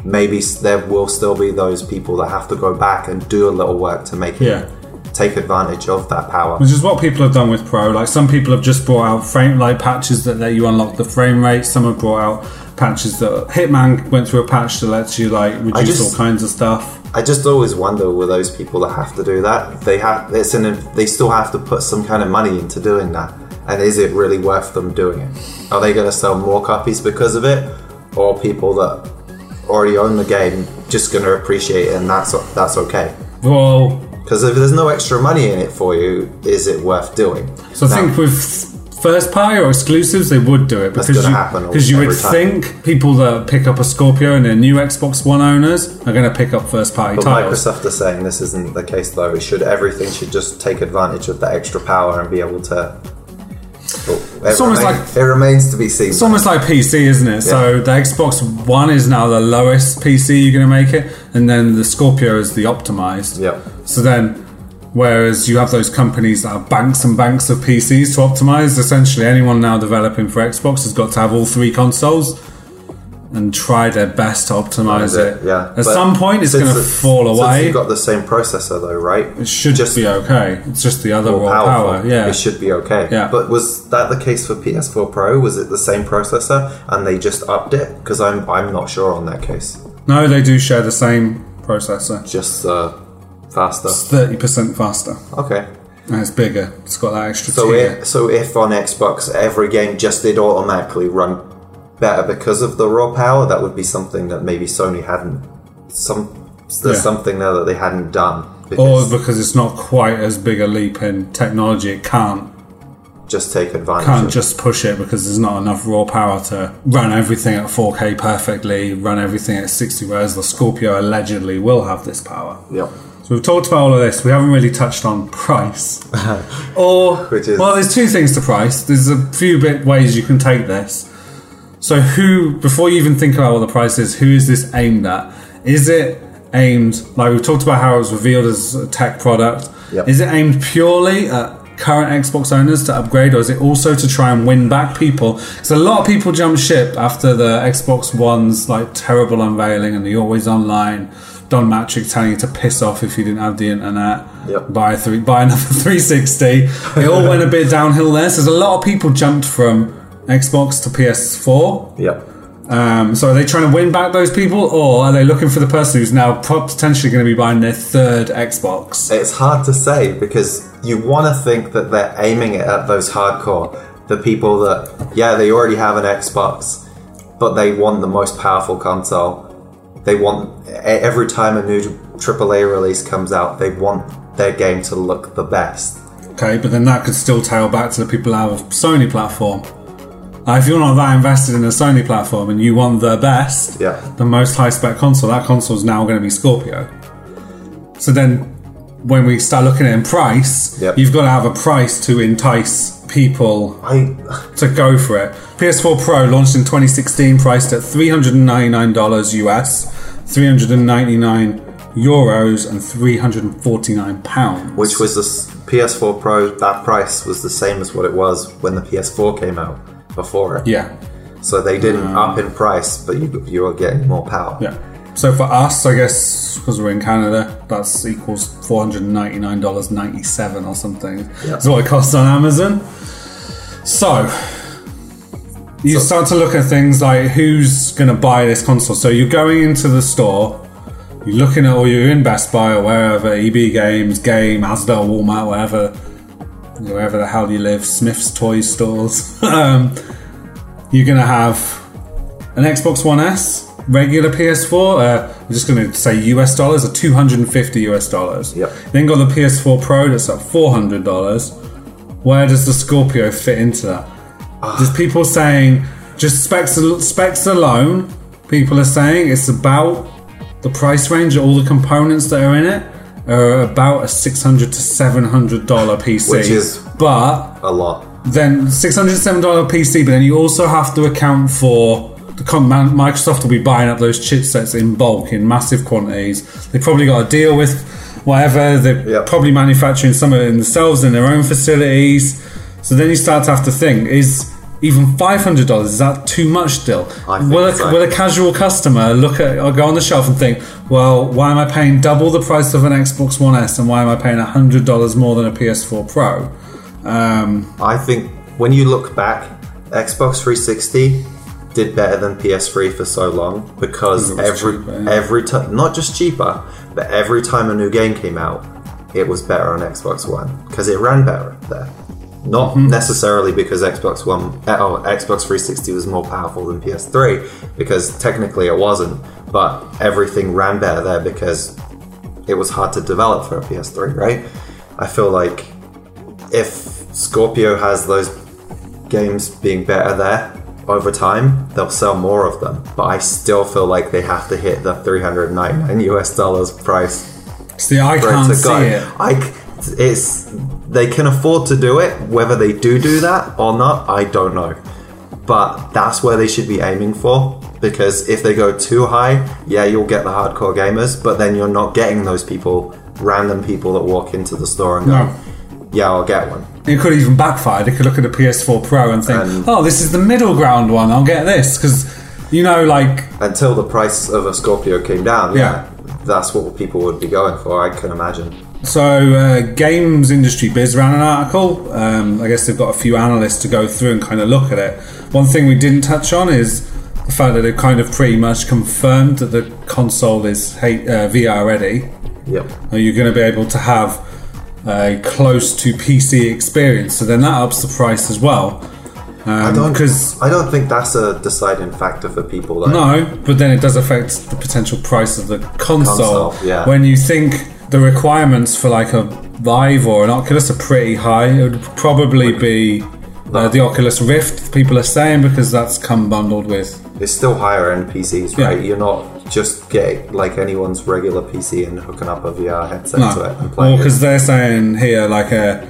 [SPEAKER 4] maybe s- there will still be those people that have to go back and do a little work to make it
[SPEAKER 3] Yeah. Mm.
[SPEAKER 4] take advantage of that power.
[SPEAKER 3] which is what people have done with Pro. Like some people have just brought out frame like patches that let you unlock the frame rate. Some have brought out patches that Hitman went through a patch that lets you like reduce
[SPEAKER 4] just-
[SPEAKER 3] all kinds of stuff.
[SPEAKER 4] I just always wonder with those people that have to do that, they have it's an they still have to put some kind of money into doing that, and is it really worth them doing it? Are they going to sell more copies because of it, or people that already own the game just going to appreciate it and that's o- that's okay?
[SPEAKER 3] Well,
[SPEAKER 4] Because if there's no extra money in it for you, is it worth doing?
[SPEAKER 3] So I
[SPEAKER 4] Now,
[SPEAKER 3] think with first party or exclusives, they would do it
[SPEAKER 4] That's
[SPEAKER 3] because
[SPEAKER 4] gonna
[SPEAKER 3] you,
[SPEAKER 4] happen all-
[SPEAKER 3] because you would
[SPEAKER 4] every time.
[SPEAKER 3] think people that pick up a Scorpio and they're new Xbox One owners are going to pick up first party
[SPEAKER 4] But
[SPEAKER 3] titles.
[SPEAKER 4] Microsoft are saying this isn't the case though. It should everything should just take advantage of that extra power and be able to. It,
[SPEAKER 3] almost
[SPEAKER 4] remains- it remains to be seen.
[SPEAKER 3] It's almost like PC, isn't it? So the Xbox One is now the lowest PC you're going to make it, and then the Scorpio is the optimized.
[SPEAKER 4] Yep.
[SPEAKER 3] So then, whereas you have those companies that have banks and banks of PCs to optimize, essentially anyone now developing for Xbox has got to have all three consoles and try their best to optimize it.
[SPEAKER 4] Yeah.
[SPEAKER 3] At
[SPEAKER 4] but
[SPEAKER 3] some point, it's
[SPEAKER 4] since
[SPEAKER 3] going to
[SPEAKER 4] the-
[SPEAKER 3] fall
[SPEAKER 4] Since
[SPEAKER 3] away.
[SPEAKER 4] you've got the same processor though, right?
[SPEAKER 3] it should just be okay. It's just the other raw
[SPEAKER 4] powerful.
[SPEAKER 3] power. Yeah.
[SPEAKER 4] It should be okay.
[SPEAKER 3] Yeah.
[SPEAKER 4] But was that the case for PS4 Pro? Was it the same processor and they just upped it? Because I'm I'm not sure on that case.
[SPEAKER 3] no, they do share the same processor.
[SPEAKER 4] Just uh, faster.
[SPEAKER 3] It's thirty percent faster.
[SPEAKER 4] Okay.
[SPEAKER 3] And it's bigger. It's got that extra.
[SPEAKER 4] So
[SPEAKER 3] tier.
[SPEAKER 4] if, so if on Xbox every game just did automatically run better because of the raw power, that would be something that maybe Sony hadn't. Some there's
[SPEAKER 3] Yeah.
[SPEAKER 4] something there that they hadn't done.
[SPEAKER 3] or
[SPEAKER 4] Because
[SPEAKER 3] because it's not quite as big a leap in technology, it can't
[SPEAKER 4] just take advantage.
[SPEAKER 3] can't
[SPEAKER 4] of
[SPEAKER 3] just push it because there's not enough raw power to run everything at 4K perfectly, run everything at 60. Whereas the Scorpio allegedly will have this power.
[SPEAKER 4] Yep.
[SPEAKER 3] So we've talked about all of this. We haven't really touched on price, or
[SPEAKER 4] Which is-
[SPEAKER 3] well, there's two things to price. There's a few bit ways you can take this. So who, before you even think about what the price is, who is this aimed at? Is it aimed like we've talked about how it was revealed as a tech product?
[SPEAKER 4] Yep.
[SPEAKER 3] Is it aimed purely at current Xbox owners to upgrade, or is it also to try and win back people? Because a lot of people jumped ship after the Xbox One's like terrible unveiling and the always online. Don Matrick telling you to piss off if you didn't have the internet.
[SPEAKER 4] Yep.
[SPEAKER 3] Buy a three, buy another 360. They all went a bit downhill there. So there's a lot of people jumped from Xbox to PS4.
[SPEAKER 4] Yep.
[SPEAKER 3] Um, so are they trying to win back those people, or are they looking for the person who's now pro- potentially going to be buying their third Xbox?
[SPEAKER 4] It's hard to say because you want to think that they're aiming it at those hardcore, the people that, yeah, they already have an Xbox, but they want the most powerful console. They want, e- every time a new AAA release comes out, they want their game to look the best.
[SPEAKER 3] Okay, but then that could still tail back to the people out of Sony platform. Uh, if you're not that invested in a Sony platform and you want the best,
[SPEAKER 4] Yeah.
[SPEAKER 3] the most high spec console, that console is now going to be Scorpio. So then, when we start looking at price,
[SPEAKER 4] Yep.
[SPEAKER 3] you've got to have a price to entice people
[SPEAKER 4] I,
[SPEAKER 3] to go for it. PS4 Pro launched in 2016, priced at $399 US, 399 euros, and 349 pounds.
[SPEAKER 4] which was the s- PS4 Pro, that price was the same as what it was when the PS4 came out before it.
[SPEAKER 3] yeah,
[SPEAKER 4] So they didn't up in price, but you, you were getting more power.
[SPEAKER 3] yeah. So for us, I guess because we're in Canada, that's equals four hundred ninety nine dollars ninety seven or something. That's what it costs on Amazon. So you start to look at things like who's going to buy this console. So you're going into the store. you're looking at, or you're in Best Buy or wherever, EB Games, Game, Asda, Walmart, wherever, wherever the hell you live, Smith's Toy Stores. um, you're going to have an Xbox One S, regular PS4, uh, I'm just going to say US dollars, or 250 US dollars.
[SPEAKER 4] Yep.
[SPEAKER 3] Then got the PS4 Pro that's at $400. Where does the Scorpio fit into that?
[SPEAKER 4] Ah.
[SPEAKER 3] There's people saying just specs specs alone. People are saying it's about the price range of all the components that are in it are about a six hundred to seven hundred dollar PC.
[SPEAKER 4] Which is-
[SPEAKER 3] but
[SPEAKER 4] A lot.
[SPEAKER 3] then six hundred seven dollar PC. But then you also have to account for the com- man- Microsoft will be buying up those chipsets in bulk in massive quantities. They probably got to deal with whatever they're
[SPEAKER 4] Yep.
[SPEAKER 3] probably manufacturing some of it themselves in their own facilities. So then you start to have to think: is even five hundred dollars is that too much still?
[SPEAKER 4] I think
[SPEAKER 3] will, a,
[SPEAKER 4] so.
[SPEAKER 3] will a casual customer look at or go on the shelf and think, well, why am I paying double the price of an Xbox One S and why am I paying hundred dollars more than a PS4 Pro?
[SPEAKER 4] I think when you look back, Xbox 360 did better than PS3 for so long because
[SPEAKER 3] It was
[SPEAKER 4] every
[SPEAKER 3] cheaper, yeah.
[SPEAKER 4] every time not just cheaper, but every time a new game came out, it was better on Xbox One because it ran better there. Not
[SPEAKER 3] Mhm.
[SPEAKER 4] necessarily because Xbox One oh Xbox 360 was more powerful than PS3 because technically it wasn't, but everything ran better there because it was hard to develop for a PS3, right? I feel like if Scorpio has those games being better there over time, they'll sell more of them. But I still feel like they have to hit the 399 US dollars price
[SPEAKER 3] See, I
[SPEAKER 4] for
[SPEAKER 3] can't
[SPEAKER 4] it to
[SPEAKER 3] see
[SPEAKER 4] go.
[SPEAKER 3] it.
[SPEAKER 4] I c- it's they can afford to do it. Whether they do do that or not, I don't know. But that's where they should be aiming for because if they go too high, yeah, you'll get the hardcore gamers, but then you're not getting those people, random people that walk into the store and go,
[SPEAKER 3] No.
[SPEAKER 4] "Yeah, I'll get one."
[SPEAKER 3] It could even backfire. They could look at a PS4 Pro and think,
[SPEAKER 4] And-
[SPEAKER 3] "Oh, this is the middle ground one. I'll get this." Because you know, like
[SPEAKER 4] until the price of a Scorpio came down,
[SPEAKER 3] Yeah.
[SPEAKER 4] yeah, that's what people would be going for. I can imagine.
[SPEAKER 3] So, uh, Games Industry Biz ran an article. Um, I guess they've got a few analysts to go through and kind of look at it. One thing we didn't touch on is the fact that they've kind of pretty much confirmed that the console is hey, uh, VR ready.
[SPEAKER 4] Yep.
[SPEAKER 3] Are you going to be able to have a close to PC experience? So, then that ups the price as well.
[SPEAKER 4] I don't
[SPEAKER 3] because-
[SPEAKER 4] I don't think that's a deciding factor for people. Though.
[SPEAKER 3] No, but then it does affect the potential price of the console.
[SPEAKER 4] Console, yeah.
[SPEAKER 3] When you think the requirements for like a Vive or an Oculus are pretty high, it would probably be uh, the Oculus Rift. People are saying because that's come bundled with
[SPEAKER 4] it's still higher end PCs, right?
[SPEAKER 3] Yeah.
[SPEAKER 4] You're not just get like anyone's regular PC and hooking up a VR headset to it and
[SPEAKER 3] uh, Or
[SPEAKER 4] playing.
[SPEAKER 3] because they're saying here like a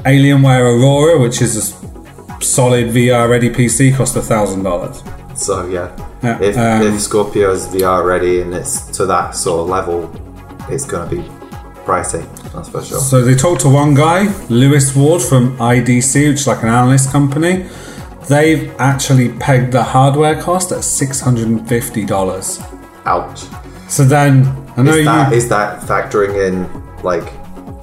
[SPEAKER 3] Alienware Aurora, which is a s- solid VR ready PC, cost a thousand dollars.
[SPEAKER 4] it. So yeah,
[SPEAKER 3] Yeah,
[SPEAKER 4] if,
[SPEAKER 3] um,
[SPEAKER 4] if Scorpio's VR ready and it's to that sort of level, it's going to be pricey. That's for sure.
[SPEAKER 3] So they talked to one guy, Lewis Ward from IDC, which is like an analyst company. They've actually pegged the hardware cost at six hundred and fifty dollars.
[SPEAKER 4] Ouch.
[SPEAKER 3] So then I know
[SPEAKER 4] Is that,
[SPEAKER 3] you.
[SPEAKER 4] is that factoring in like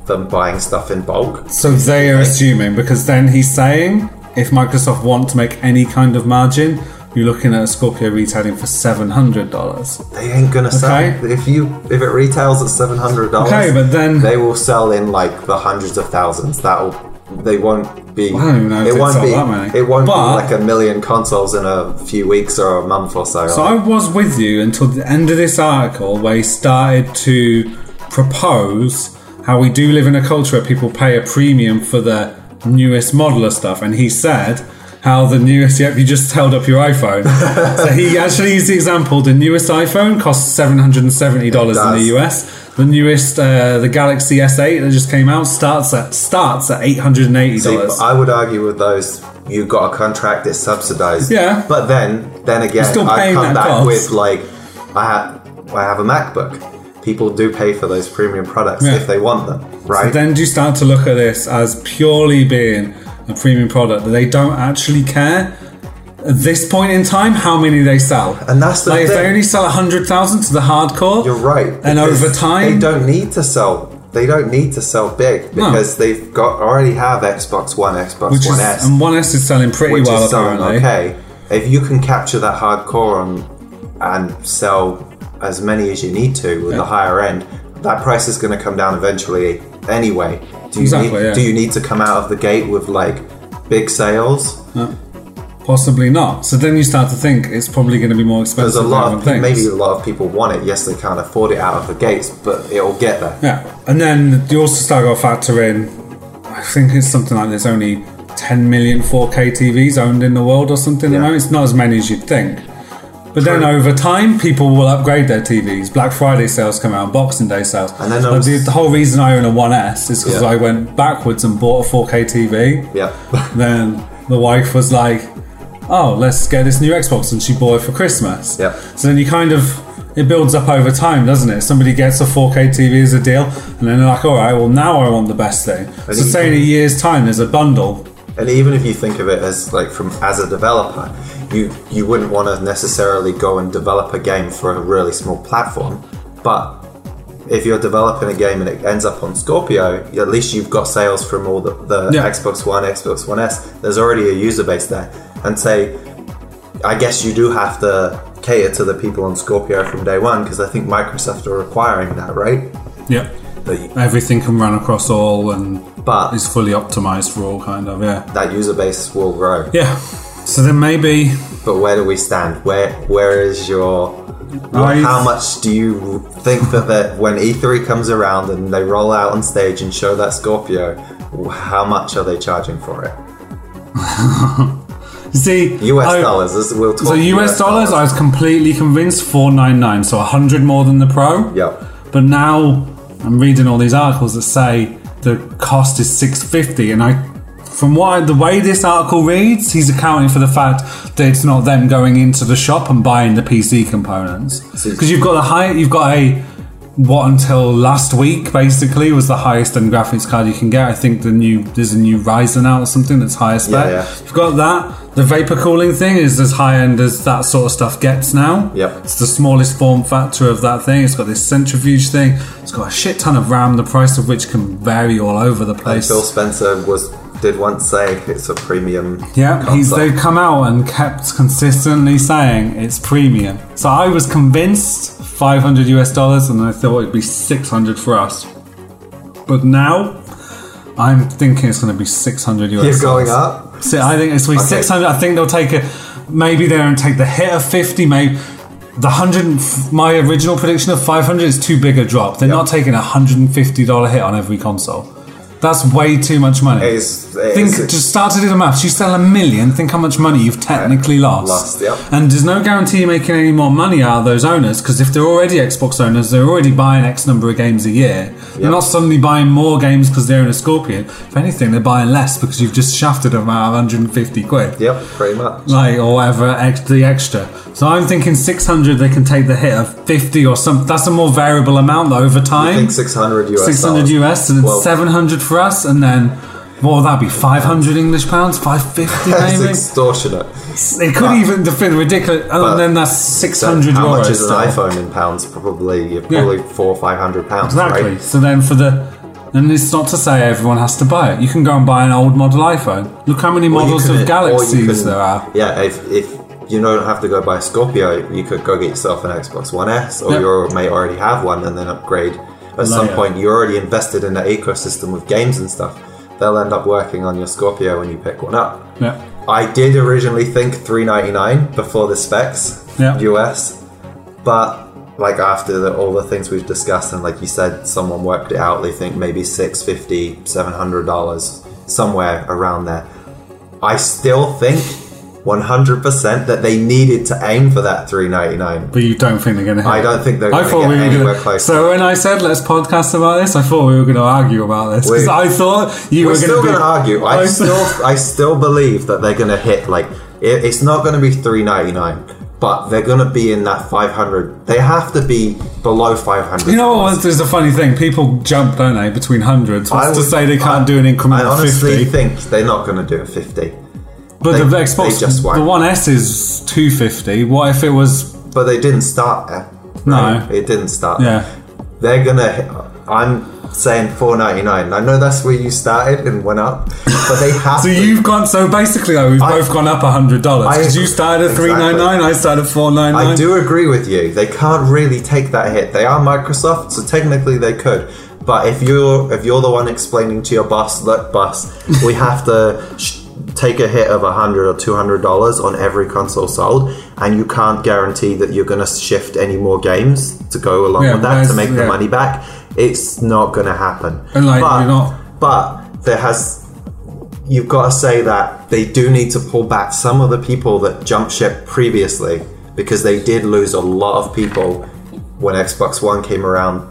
[SPEAKER 4] them buying stuff in bulk?
[SPEAKER 3] So they are assuming because then he's saying if Microsoft want to make any kind of margin, you're looking at a Scorpio retailing for seven hundred dollars.
[SPEAKER 4] They ain't gonna sell
[SPEAKER 3] Okay.
[SPEAKER 4] if you if it retails at seven hundred dollars.
[SPEAKER 3] Okay, but then-
[SPEAKER 4] they will sell in like the hundreds of thousands. That'll they won't be.
[SPEAKER 3] I don't even know if
[SPEAKER 4] it
[SPEAKER 3] they'd
[SPEAKER 4] won't
[SPEAKER 3] sell
[SPEAKER 4] be.
[SPEAKER 3] that many.
[SPEAKER 4] It won't
[SPEAKER 3] But-
[SPEAKER 4] be like a million consoles in a few weeks or a month or so.
[SPEAKER 3] So I was with you until the end of this article where he started to propose how we do live in a culture where people pay a premium for the newest model of stuff. And he said how the newest, yep, you just held up your iPhone. so he actually used the example the newest iPhone costs $770 in
[SPEAKER 4] does.
[SPEAKER 3] the US. The newest, uh, the Galaxy S8 that just came out starts at starts at eight hundred and eighty
[SPEAKER 4] See,
[SPEAKER 3] dollars.
[SPEAKER 4] I would argue with those. You got a contract; it's subsidized.
[SPEAKER 3] Yeah.
[SPEAKER 4] But then, then again,
[SPEAKER 3] still
[SPEAKER 4] I
[SPEAKER 3] paying
[SPEAKER 4] come
[SPEAKER 3] that
[SPEAKER 4] back
[SPEAKER 3] cost.
[SPEAKER 4] with like, I have, I have a MacBook. People do pay for those premium products
[SPEAKER 3] Yeah.
[SPEAKER 4] if they want them, right?
[SPEAKER 3] Then do you start to look at this as purely being a premium product that they don't actually care at this point in time how many they sell?
[SPEAKER 4] And that's the
[SPEAKER 3] like if
[SPEAKER 4] thing.
[SPEAKER 3] they only sell hundred thousand to the hardcore,
[SPEAKER 4] You're right.
[SPEAKER 3] And
[SPEAKER 4] because
[SPEAKER 3] over time,
[SPEAKER 4] they don't need to sell. They don't need to sell big
[SPEAKER 3] No.
[SPEAKER 4] because they've got already have Xbox One, Xbox
[SPEAKER 3] which
[SPEAKER 4] One
[SPEAKER 3] is
[SPEAKER 4] S,
[SPEAKER 3] and one S is selling pretty
[SPEAKER 4] which
[SPEAKER 3] well
[SPEAKER 4] is selling
[SPEAKER 3] apparently.
[SPEAKER 4] okay. If you can capture that hardcore and and sell as many as you need to with the higher end, that price is going to come down eventually anyway. Do you
[SPEAKER 3] Exactly,
[SPEAKER 4] need,
[SPEAKER 3] yeah.
[SPEAKER 4] do you need to come out of the gate with like big sales?
[SPEAKER 3] Possibly not. So then you start to think it's probably going to be more expensive.
[SPEAKER 4] There's a
[SPEAKER 3] than
[SPEAKER 4] lot
[SPEAKER 3] everyone
[SPEAKER 4] of
[SPEAKER 3] thinks.
[SPEAKER 4] maybe a lot of people want it. Yes, they can't afford it out of the gates, but it'll get there.
[SPEAKER 3] Yeah, and then you also start got to factor in. I think it's something like there's only 10 million 4K TVs owned in the world or something. At
[SPEAKER 4] Yeah.
[SPEAKER 3] the moment, it's not as many as you'd think. But then over time, people will upgrade their TVs. Black Friday sales come out, Boxing Day sales.
[SPEAKER 4] And then I
[SPEAKER 3] Like,
[SPEAKER 4] was-
[SPEAKER 3] the, the whole reason I own a 1S is because
[SPEAKER 4] Yeah.
[SPEAKER 3] I went backwards and bought a 4K TV.
[SPEAKER 4] Yeah.
[SPEAKER 3] Then the wife was like, "Oh, let's get this new Xbox," and she bought it for Christmas.
[SPEAKER 4] Yep.
[SPEAKER 3] So then you kind of it builds up over time, doesn't it? Somebody gets a 4K TV as a deal, and then they're like, "All right, well now I want the best thing." So
[SPEAKER 4] think-
[SPEAKER 3] say in a year's time, there's a bundle.
[SPEAKER 4] And even if you think of it as like from as a developer, you you wouldn't want to necessarily go and develop a game for a really small platform, but if you're developing a game and it ends up on Scorpio, at least you've got sales from all the, the
[SPEAKER 3] Yeah.
[SPEAKER 4] Xbox One, Xbox One S. There's already a user base there, and say, I guess you do have to cater to the people on Scorpio from day one because I think Microsoft are requiring that, right?
[SPEAKER 3] Yep.
[SPEAKER 4] That you-
[SPEAKER 3] Everything can run across all and
[SPEAKER 4] But
[SPEAKER 3] is fully optimized for all kind of yeah.
[SPEAKER 4] that user base will grow.
[SPEAKER 3] Yeah. So then maybe
[SPEAKER 4] But where do we stand? Where where is your
[SPEAKER 3] I-
[SPEAKER 4] how much do you think that, that when E3 comes around and they roll out on stage and show that Scorpio, how much are they charging for it?
[SPEAKER 3] you see
[SPEAKER 4] US
[SPEAKER 3] I-
[SPEAKER 4] dollars. This, we'll talk
[SPEAKER 3] So US dollars, I was completely convinced 499, so 100 more than the Pro.
[SPEAKER 4] Yep.
[SPEAKER 3] But now I'm reading all these articles that say the cost is 650 and I from what I, the way this article reads, he's accounting for the fact that it's not them going into the shop and buying the PC components.
[SPEAKER 4] So-
[SPEAKER 3] Because you've got the high you've got a what until last week basically was the highest end graphics card you can get. I think the new there's a new Ryzen out or something that's higher spec.
[SPEAKER 4] Yeah, yeah.
[SPEAKER 3] You've got that. The vapor cooling thing is as high end as that sort of stuff gets now.
[SPEAKER 4] Yep.
[SPEAKER 3] It's the smallest form factor of that thing. It's got this centrifuge thing. It's got a shit ton of RAM, the price of which can vary all over the
[SPEAKER 4] And
[SPEAKER 3] place.
[SPEAKER 4] Phil Spencer was did once say it's a premium.
[SPEAKER 3] Yeah, he's,
[SPEAKER 4] console.
[SPEAKER 3] they've come out and kept consistently saying it's premium. So I was convinced 500 US dollars and I thought it'd be 600 for us. But now I'm thinking it's going to be 600 US
[SPEAKER 4] You're going
[SPEAKER 3] dollars.
[SPEAKER 4] up.
[SPEAKER 3] So I think it's going to be
[SPEAKER 4] Okay.
[SPEAKER 3] 600. I think they'll take a maybe they don't take the hit of 50. Maybe the 100. and f- My original prediction of 500 is too big a drop. They're
[SPEAKER 4] Yep.
[SPEAKER 3] not taking a 150 dollar hit on every console. That's way too much money.
[SPEAKER 4] It's- it's-
[SPEAKER 3] think just start to do the maths. You sell a million. Think how much money you've technically lost.
[SPEAKER 4] lost, yeah.
[SPEAKER 3] And there's no guarantee you're making any more money out of those owners because if they're already Xbox owners, they're already buying X number of games a year. They're
[SPEAKER 4] Yeah.
[SPEAKER 3] not suddenly buying more games because they own a Scorpion. If anything, they're buying less because you've just shafted them out of 150 quid.
[SPEAKER 4] Yep, pretty much.
[SPEAKER 3] Like or whatever ex- the extra. So I'm thinking 600. They can take the hit of 50 or something. That's a more variable amount though over
[SPEAKER 4] I
[SPEAKER 3] time.
[SPEAKER 4] think 600 US.
[SPEAKER 3] 600
[SPEAKER 4] dollars.
[SPEAKER 3] US and then
[SPEAKER 4] Well,
[SPEAKER 3] 700 for us, and then what would that be? 500 English pounds? 550
[SPEAKER 4] That's
[SPEAKER 3] maybe?
[SPEAKER 4] extortionate.
[SPEAKER 3] It could even defend ridiculous.
[SPEAKER 4] But-
[SPEAKER 3] And then that's 600
[SPEAKER 4] How
[SPEAKER 3] euros.
[SPEAKER 4] much is an
[SPEAKER 3] still.
[SPEAKER 4] iPhone in pounds? Probably, yeah,
[SPEAKER 3] Yeah.
[SPEAKER 4] probably four or five hundred pounds,
[SPEAKER 3] Exactly.
[SPEAKER 4] right?
[SPEAKER 3] So then for the. And it's not to say everyone has to buy it. You can go and buy an old model iPhone. Look how many
[SPEAKER 4] Or you
[SPEAKER 3] models
[SPEAKER 4] could-
[SPEAKER 3] of
[SPEAKER 4] or you
[SPEAKER 3] galaxies
[SPEAKER 4] could- uh,
[SPEAKER 3] there are.
[SPEAKER 4] Yeah, if if you don't have to go buy a Scorpio, you could go get yourself an Xbox One S, or
[SPEAKER 3] Yep.
[SPEAKER 4] you may already have one and then upgrade. At some
[SPEAKER 3] yeah.
[SPEAKER 4] point, you're already invested in the ecosystem of games and stuff. They'll end up working on your Scorpio when you pick one up.
[SPEAKER 3] Yeah.
[SPEAKER 4] I did originally think 399 before the specs
[SPEAKER 3] Yeah.
[SPEAKER 4] US, but like after the, all the things we've discussed and like you said, someone worked it out. They think maybe 650, 700 dollars somewhere around there. I still think 100 percent that they needed to aim for that 399.
[SPEAKER 3] But you don't think they're going to hit
[SPEAKER 4] I
[SPEAKER 3] it.
[SPEAKER 4] don't think they're
[SPEAKER 3] I
[SPEAKER 4] going to
[SPEAKER 3] thought
[SPEAKER 4] get
[SPEAKER 3] we were
[SPEAKER 4] anywhere
[SPEAKER 3] going to.
[SPEAKER 4] close.
[SPEAKER 3] So when I said let's podcast about this, I thought we were going to argue about this because
[SPEAKER 4] We-
[SPEAKER 3] I thought you
[SPEAKER 4] We're
[SPEAKER 3] were
[SPEAKER 4] still
[SPEAKER 3] going
[SPEAKER 4] going
[SPEAKER 3] to
[SPEAKER 4] to argue. I still, I still believe that they're going to hit like it, it's not going to be three ninety nine, but they're going to be in that five hundred. They have to be below five hundred.
[SPEAKER 3] You know what? was- There's a funny thing. People jump, don't they, between hundreds. What's
[SPEAKER 4] I
[SPEAKER 3] to
[SPEAKER 4] would-
[SPEAKER 3] say they can't
[SPEAKER 4] I-
[SPEAKER 3] do an increment
[SPEAKER 4] I
[SPEAKER 3] of
[SPEAKER 4] honestly
[SPEAKER 3] 50?
[SPEAKER 4] think they're not going to do a fifty,
[SPEAKER 3] but
[SPEAKER 4] they-
[SPEAKER 3] the
[SPEAKER 4] they
[SPEAKER 3] Xbox,
[SPEAKER 4] just won't.
[SPEAKER 3] the One S is 250. What if it was?
[SPEAKER 4] but they didn't start there.
[SPEAKER 3] No.
[SPEAKER 4] it didn't start.
[SPEAKER 3] Yeah,
[SPEAKER 4] they're gonna. hit- I'm saying four ninety nine. I know that's where you started and went up, but they have.
[SPEAKER 3] So
[SPEAKER 4] to.
[SPEAKER 3] you've gone. So basically, though, we've
[SPEAKER 4] I-
[SPEAKER 3] both gone up hundred dollars because
[SPEAKER 4] I-
[SPEAKER 3] you started at
[SPEAKER 4] Exactly.
[SPEAKER 3] three nine nine, I started four nine
[SPEAKER 4] I
[SPEAKER 3] nine.
[SPEAKER 4] do agree with you. They can't really take that hit. They are Microsoft, so technically they could. But if you're if you're the one explaining to your boss, look, boss, we have to sh- take a hit of a hundred or two hundred dollars on every console sold, and you can't guarantee that you're going to shift any more games to go along
[SPEAKER 3] Yeah,
[SPEAKER 4] with that to
[SPEAKER 3] whereas-
[SPEAKER 4] make the
[SPEAKER 3] yeah.
[SPEAKER 4] money back. It's not going to happen.
[SPEAKER 3] And, like,
[SPEAKER 4] but,
[SPEAKER 3] you're not-
[SPEAKER 4] but there has you've got to say that they do need to pull back some of the people that jumped ship previously because they did lose a lot of people when Xbox One came around.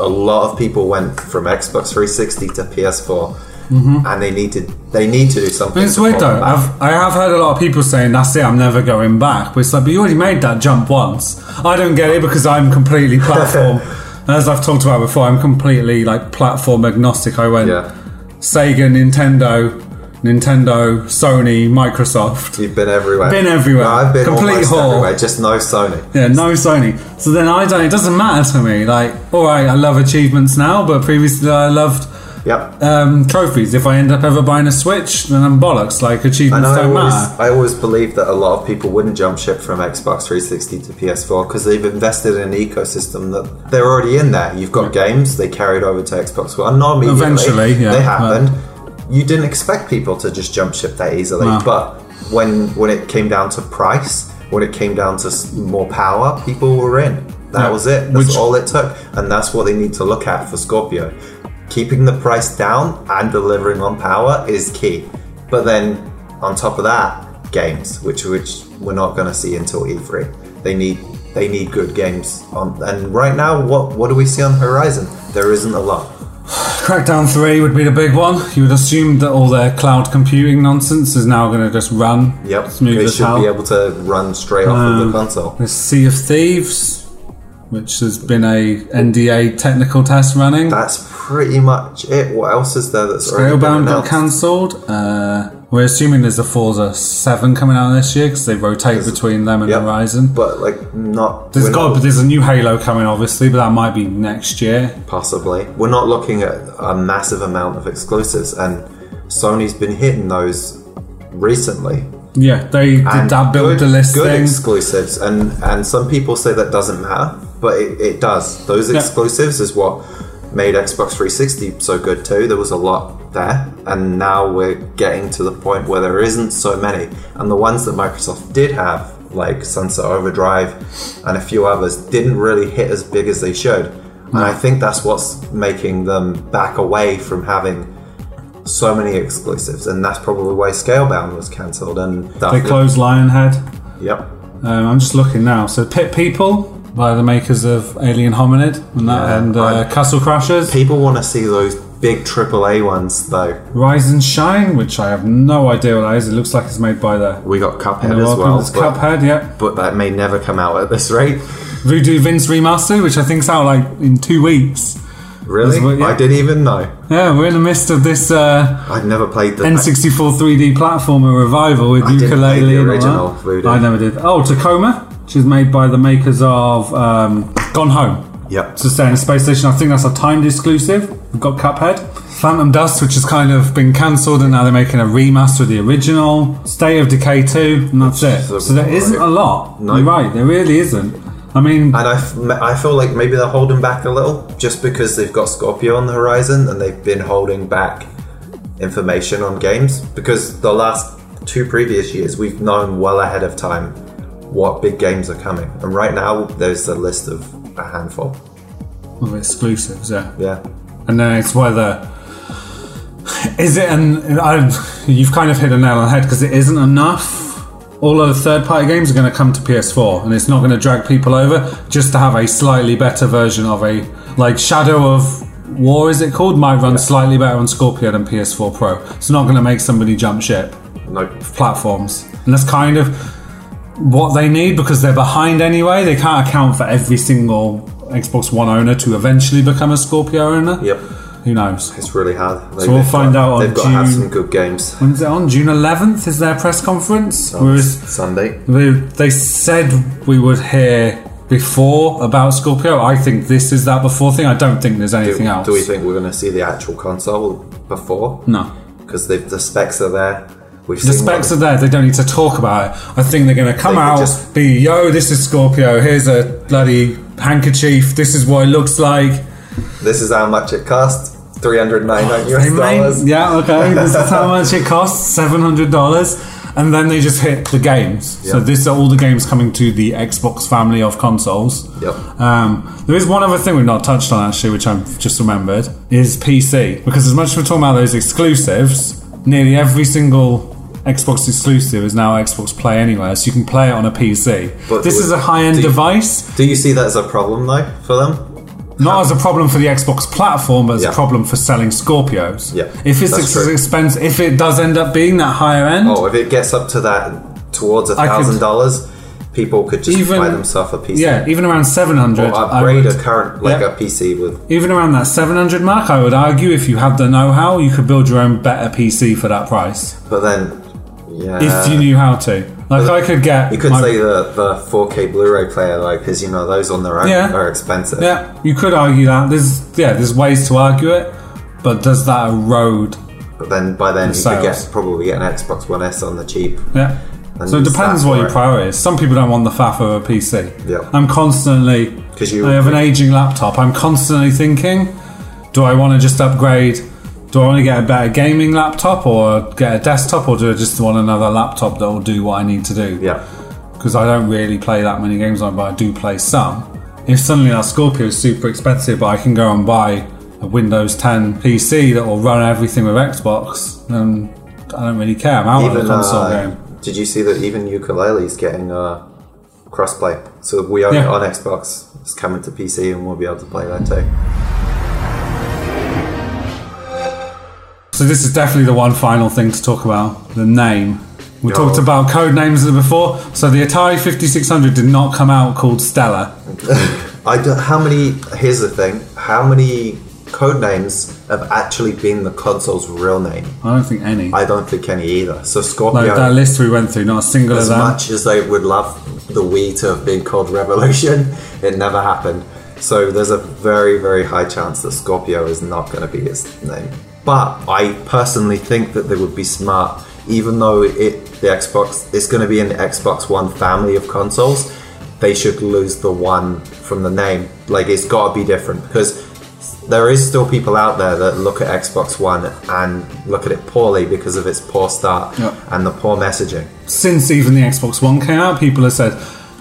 [SPEAKER 4] A lot of people went from Xbox 360 to PS4, and they need to they need to do something.
[SPEAKER 3] But it's
[SPEAKER 4] to
[SPEAKER 3] weird
[SPEAKER 4] pull
[SPEAKER 3] Mm-hmm. though.
[SPEAKER 4] them back.
[SPEAKER 3] I've, I have heard a lot of people saying that's it. I'm never going back. But it's like, but you already made that jump once. I don't get it because I'm completely platform. as I've talked about before, I'm completely like platform agnostic. I went
[SPEAKER 4] Yeah.
[SPEAKER 3] Sega, Nintendo, Nintendo, Sony, Microsoft.
[SPEAKER 4] You've been everywhere.
[SPEAKER 3] Been everywhere.
[SPEAKER 4] No, I've been
[SPEAKER 3] Complete
[SPEAKER 4] almost
[SPEAKER 3] whore.
[SPEAKER 4] everywhere. Just no Sony.
[SPEAKER 3] Yeah, no Sony. So then I don't. It doesn't matter to me. Like, all right, I love achievements now, but previously I loved.
[SPEAKER 4] Yep.
[SPEAKER 3] Um, trophies. If I end up ever buying a Switch, then I'm bollocks. Like
[SPEAKER 4] And
[SPEAKER 3] achievements
[SPEAKER 4] I
[SPEAKER 3] don't
[SPEAKER 4] always,
[SPEAKER 3] matter.
[SPEAKER 4] I always believe that a lot of people wouldn't jump ship from Xbox 360 to PS4 because they've invested in an ecosystem that they're already in there. You've got games they carried over to Xbox One, not immediately.
[SPEAKER 3] Eventually, yeah,
[SPEAKER 4] they
[SPEAKER 3] but-
[SPEAKER 4] happened. you didn't expect people to just jump ship that easily,
[SPEAKER 3] No.
[SPEAKER 4] but when when it came down to price, when it came down to s- more power, people were in. That
[SPEAKER 3] Yeah.
[SPEAKER 4] was it. That's
[SPEAKER 3] Which-
[SPEAKER 4] all it took, and that's what they need to look at for Scorpio. Keeping the price down and delivering on power is key. But then on top of that, games, which which we're not going to see until E3. They need they need good games on. And right now, what what do we see on the horizon? There isn't a lot.
[SPEAKER 3] Crackdown 3 would be the big one. You would assume that all their cloud computing nonsense is now going to just run
[SPEAKER 4] Yep,
[SPEAKER 3] smooth
[SPEAKER 4] they
[SPEAKER 3] as
[SPEAKER 4] should
[SPEAKER 3] hell.
[SPEAKER 4] be able to run straight off of
[SPEAKER 3] Um,
[SPEAKER 4] the console.
[SPEAKER 3] There's Sea of Thieves, which has been a NDA technical test running.
[SPEAKER 4] That's pretty much it. What else is there that's already been
[SPEAKER 3] Railbound got
[SPEAKER 4] announced?
[SPEAKER 3] cancelled. Uh, we're assuming there's a Forza 7 coming out this year because they rotate between them and
[SPEAKER 4] Yep.
[SPEAKER 3] Horizon.
[SPEAKER 4] But like not.
[SPEAKER 3] There's
[SPEAKER 4] we're
[SPEAKER 3] got,
[SPEAKER 4] not-
[SPEAKER 3] but there's a new Halo coming, obviously, but that might be next year.
[SPEAKER 4] possibly. We're not looking at a massive amount of exclusives, and Sony's been hitting those recently.
[SPEAKER 3] Yeah, they did
[SPEAKER 4] And
[SPEAKER 3] that build
[SPEAKER 4] good,
[SPEAKER 3] the list
[SPEAKER 4] good
[SPEAKER 3] thing.
[SPEAKER 4] exclusives, and and some people say that doesn't matter, but it, it does. Those exclusives is what made Xbox 360 so good too. There was a lot there, and now we're getting to the point where there isn't so many, and the ones that Microsoft did have. Like Sunset Overdrive and a few others didn't really hit as big as they should. And I think that's what's making them back away from having so many exclusives, and that's probably why Scalebound was cancelled. And that,
[SPEAKER 3] They closed Lionhead.
[SPEAKER 4] Yep.
[SPEAKER 3] Um, I'm just looking now. So Pit People by the makers of Alien Hominid and, that,
[SPEAKER 4] Yeah,
[SPEAKER 3] and uh,
[SPEAKER 4] right.
[SPEAKER 3] Castle Crashers.
[SPEAKER 4] People want to see those big AAA ones, though.
[SPEAKER 3] Rise and Shine, which I have no idea what that is. It looks like it's made by the
[SPEAKER 4] We got Cuphead
[SPEAKER 3] the
[SPEAKER 4] as
[SPEAKER 3] Wild
[SPEAKER 4] well,
[SPEAKER 3] Brothers
[SPEAKER 4] but,
[SPEAKER 3] Cuphead, yeah.
[SPEAKER 4] but that may never come out at this rate.
[SPEAKER 3] Voodoo Vince remaster, which I think's out like in two weeks.
[SPEAKER 4] Really,
[SPEAKER 3] That's what- yeah.
[SPEAKER 4] I didn't even know.
[SPEAKER 3] Yeah, we're in the midst of this uh,
[SPEAKER 4] I'd never played the.
[SPEAKER 3] N64 3D platformer revival with
[SPEAKER 4] I didn't
[SPEAKER 3] ukulele
[SPEAKER 4] play the
[SPEAKER 3] and all
[SPEAKER 4] original
[SPEAKER 3] that.
[SPEAKER 4] Voodoo.
[SPEAKER 3] I never did. Oh, Tacoma, which is made by the makers of um, Gone Home.
[SPEAKER 4] Yep.
[SPEAKER 3] to stay in the space station. I think that's a timed exclusive. We've got Cuphead, Phantom Dust, which has kind of been cancelled, and now they're making a remaster of the original. State of Decay 2, and that's it.
[SPEAKER 4] is a-
[SPEAKER 3] So there isn't a lot.
[SPEAKER 4] No.
[SPEAKER 3] You're right, there really isn't. I mean,
[SPEAKER 4] And I, f- I feel like maybe they're holding back a little just because they've got Scorpio on the horizon and they've been holding back information on games because the last two previous years we've known well ahead of time what big games are coming. And right now there's a list of a handful.
[SPEAKER 3] with exclusives, yeah.
[SPEAKER 4] Yeah.
[SPEAKER 3] and then it's whether is it an I, you've kind of hit a nail on the head because it isn't enough all other third party games are going to come to PS4 and it's not going to drag people over just to have a slightly better version of a like Shadow of War is it called might run slightly better on Scorpio than PS4 Pro it's not going to make somebody jump ship
[SPEAKER 4] Nope.
[SPEAKER 3] platforms and that's kind of what they need because they're behind anyway they can't account for every single Xbox One owner to eventually become a Scorpio owner
[SPEAKER 4] Yep.
[SPEAKER 3] who knows?
[SPEAKER 4] It's really hard. Like,
[SPEAKER 3] So we'll
[SPEAKER 4] they've
[SPEAKER 3] find
[SPEAKER 4] got-
[SPEAKER 3] out on
[SPEAKER 4] They've got to have
[SPEAKER 3] June-
[SPEAKER 4] some good games.
[SPEAKER 3] When's it on? June 11th is their press conference. Whereas
[SPEAKER 4] Sunday.
[SPEAKER 3] they, they said we would hear before about Scorpio. I think this is that before thing. I don't think there's anything
[SPEAKER 4] Do,
[SPEAKER 3] else.
[SPEAKER 4] do we think we're going to see the actual console before?
[SPEAKER 3] no.
[SPEAKER 4] Because the specs are there. We've
[SPEAKER 3] The
[SPEAKER 4] seen what-
[SPEAKER 3] specs are there. They don't need to talk about it. I think they're going to come
[SPEAKER 4] They could
[SPEAKER 3] out,
[SPEAKER 4] just-
[SPEAKER 3] be yo, this is Scorpio. Here's a bloody handkerchief. This is what it looks like.
[SPEAKER 4] This is how much it costs. 399 US
[SPEAKER 3] They may-
[SPEAKER 4] dollars.
[SPEAKER 3] yeah, okay. This is how much it costs seven hundred dollars, and then they just hit the games. So
[SPEAKER 4] Yeah.
[SPEAKER 3] this are all the games coming to the Xbox family of consoles.
[SPEAKER 4] Yep.
[SPEAKER 3] Um, there is one other thing we've not touched on actually, which I've just remembered, is PC. Because as much as we're talking about those exclusives, nearly every single Xbox exclusive is now Xbox Play Anywhere, so you can play it on a PC.
[SPEAKER 4] But
[SPEAKER 3] this
[SPEAKER 4] would-
[SPEAKER 3] is a high-end
[SPEAKER 4] do you-
[SPEAKER 3] device,
[SPEAKER 4] Do you see that as a problem though for them?
[SPEAKER 3] not as a problem for the Xbox platform, but as
[SPEAKER 4] Yeah.
[SPEAKER 3] a problem for selling Scorpios.
[SPEAKER 4] Yeah,
[SPEAKER 3] If it's
[SPEAKER 4] that's
[SPEAKER 3] ex-
[SPEAKER 4] true.
[SPEAKER 3] expensive, if it does end up being that higher end,
[SPEAKER 4] Oh, if it gets up to that towards a
[SPEAKER 3] I could-
[SPEAKER 4] thousand dollars, people could just
[SPEAKER 3] Even-
[SPEAKER 4] buy themselves a PC.
[SPEAKER 3] yeah, even around seven
[SPEAKER 4] Or
[SPEAKER 3] hundred,
[SPEAKER 4] upgrade a current like
[SPEAKER 3] yeah.
[SPEAKER 4] a PC with
[SPEAKER 3] even around that seven hundred mark, I would argue if you have the know-how, you could build your own better PC for that price
[SPEAKER 4] but then yeah
[SPEAKER 3] if you knew how to. Like I could get,
[SPEAKER 4] Uh, you could
[SPEAKER 3] my-
[SPEAKER 4] say the the 4K Blu-ray player though, because you know those on their own
[SPEAKER 3] Yeah.
[SPEAKER 4] are expensive.
[SPEAKER 3] yeah, you could argue that. There's yeah, there's ways to argue it, but does that erode?
[SPEAKER 4] But then by then you could
[SPEAKER 3] sales.
[SPEAKER 4] get probably get an Xbox One S on the cheap.
[SPEAKER 3] Yeah.
[SPEAKER 4] And
[SPEAKER 3] So it
[SPEAKER 4] use
[SPEAKER 3] depends
[SPEAKER 4] that
[SPEAKER 3] what
[SPEAKER 4] for
[SPEAKER 3] your
[SPEAKER 4] it.
[SPEAKER 3] priority is. Some people don't want the faff of a PC.
[SPEAKER 4] Yeah.
[SPEAKER 3] I'm constantly
[SPEAKER 4] 'Cause you-
[SPEAKER 3] I have an aging laptop. I'm constantly thinking, do I want to just upgrade? Do I want to get a better gaming laptop or get a desktop or do I just want another laptop that will do what I need to do?
[SPEAKER 4] Yeah.
[SPEAKER 3] Because I don't really play that many games on, it, but I do play some. If suddenly that Scorpio is super expensive, but I can go and buy a Windows 10 PC that will run everything with Xbox, then I don't really care. I'm out of
[SPEAKER 4] Even
[SPEAKER 3] the console
[SPEAKER 4] uh,
[SPEAKER 3] game.
[SPEAKER 4] did you see that even ukulele's getting uh, crossplay? So we own it
[SPEAKER 3] Yeah.
[SPEAKER 4] on Xbox. It's coming to PC, and we'll be able to play that too.
[SPEAKER 3] So this is definitely the one final thing to talk about: the name. We
[SPEAKER 4] Yo.
[SPEAKER 3] talked about code names before. So the Atari 5600 did not come out called Stella.
[SPEAKER 4] I don't, how many? Here's the thing: how many code names have actually been the console's real name?
[SPEAKER 3] I don't think any.
[SPEAKER 4] I don't think any either. So
[SPEAKER 3] like
[SPEAKER 4] Scorpio,
[SPEAKER 3] that list we went through, not a single
[SPEAKER 4] as
[SPEAKER 3] of them.
[SPEAKER 4] much as they would love the Wii to have been called Revolution, it never happened. So there's a very, very high chance that Scorpio is not going to be its name. But I personally think that they would be smart, even though it the Xbox is going to be in the Xbox One family of consoles. They should lose the one from the name. Like it's got to be different because there is still people out there that look at Xbox One and look at it poorly because of its poor start
[SPEAKER 3] Yeah.
[SPEAKER 4] and the poor messaging.
[SPEAKER 3] Since even the Xbox One came out, people have said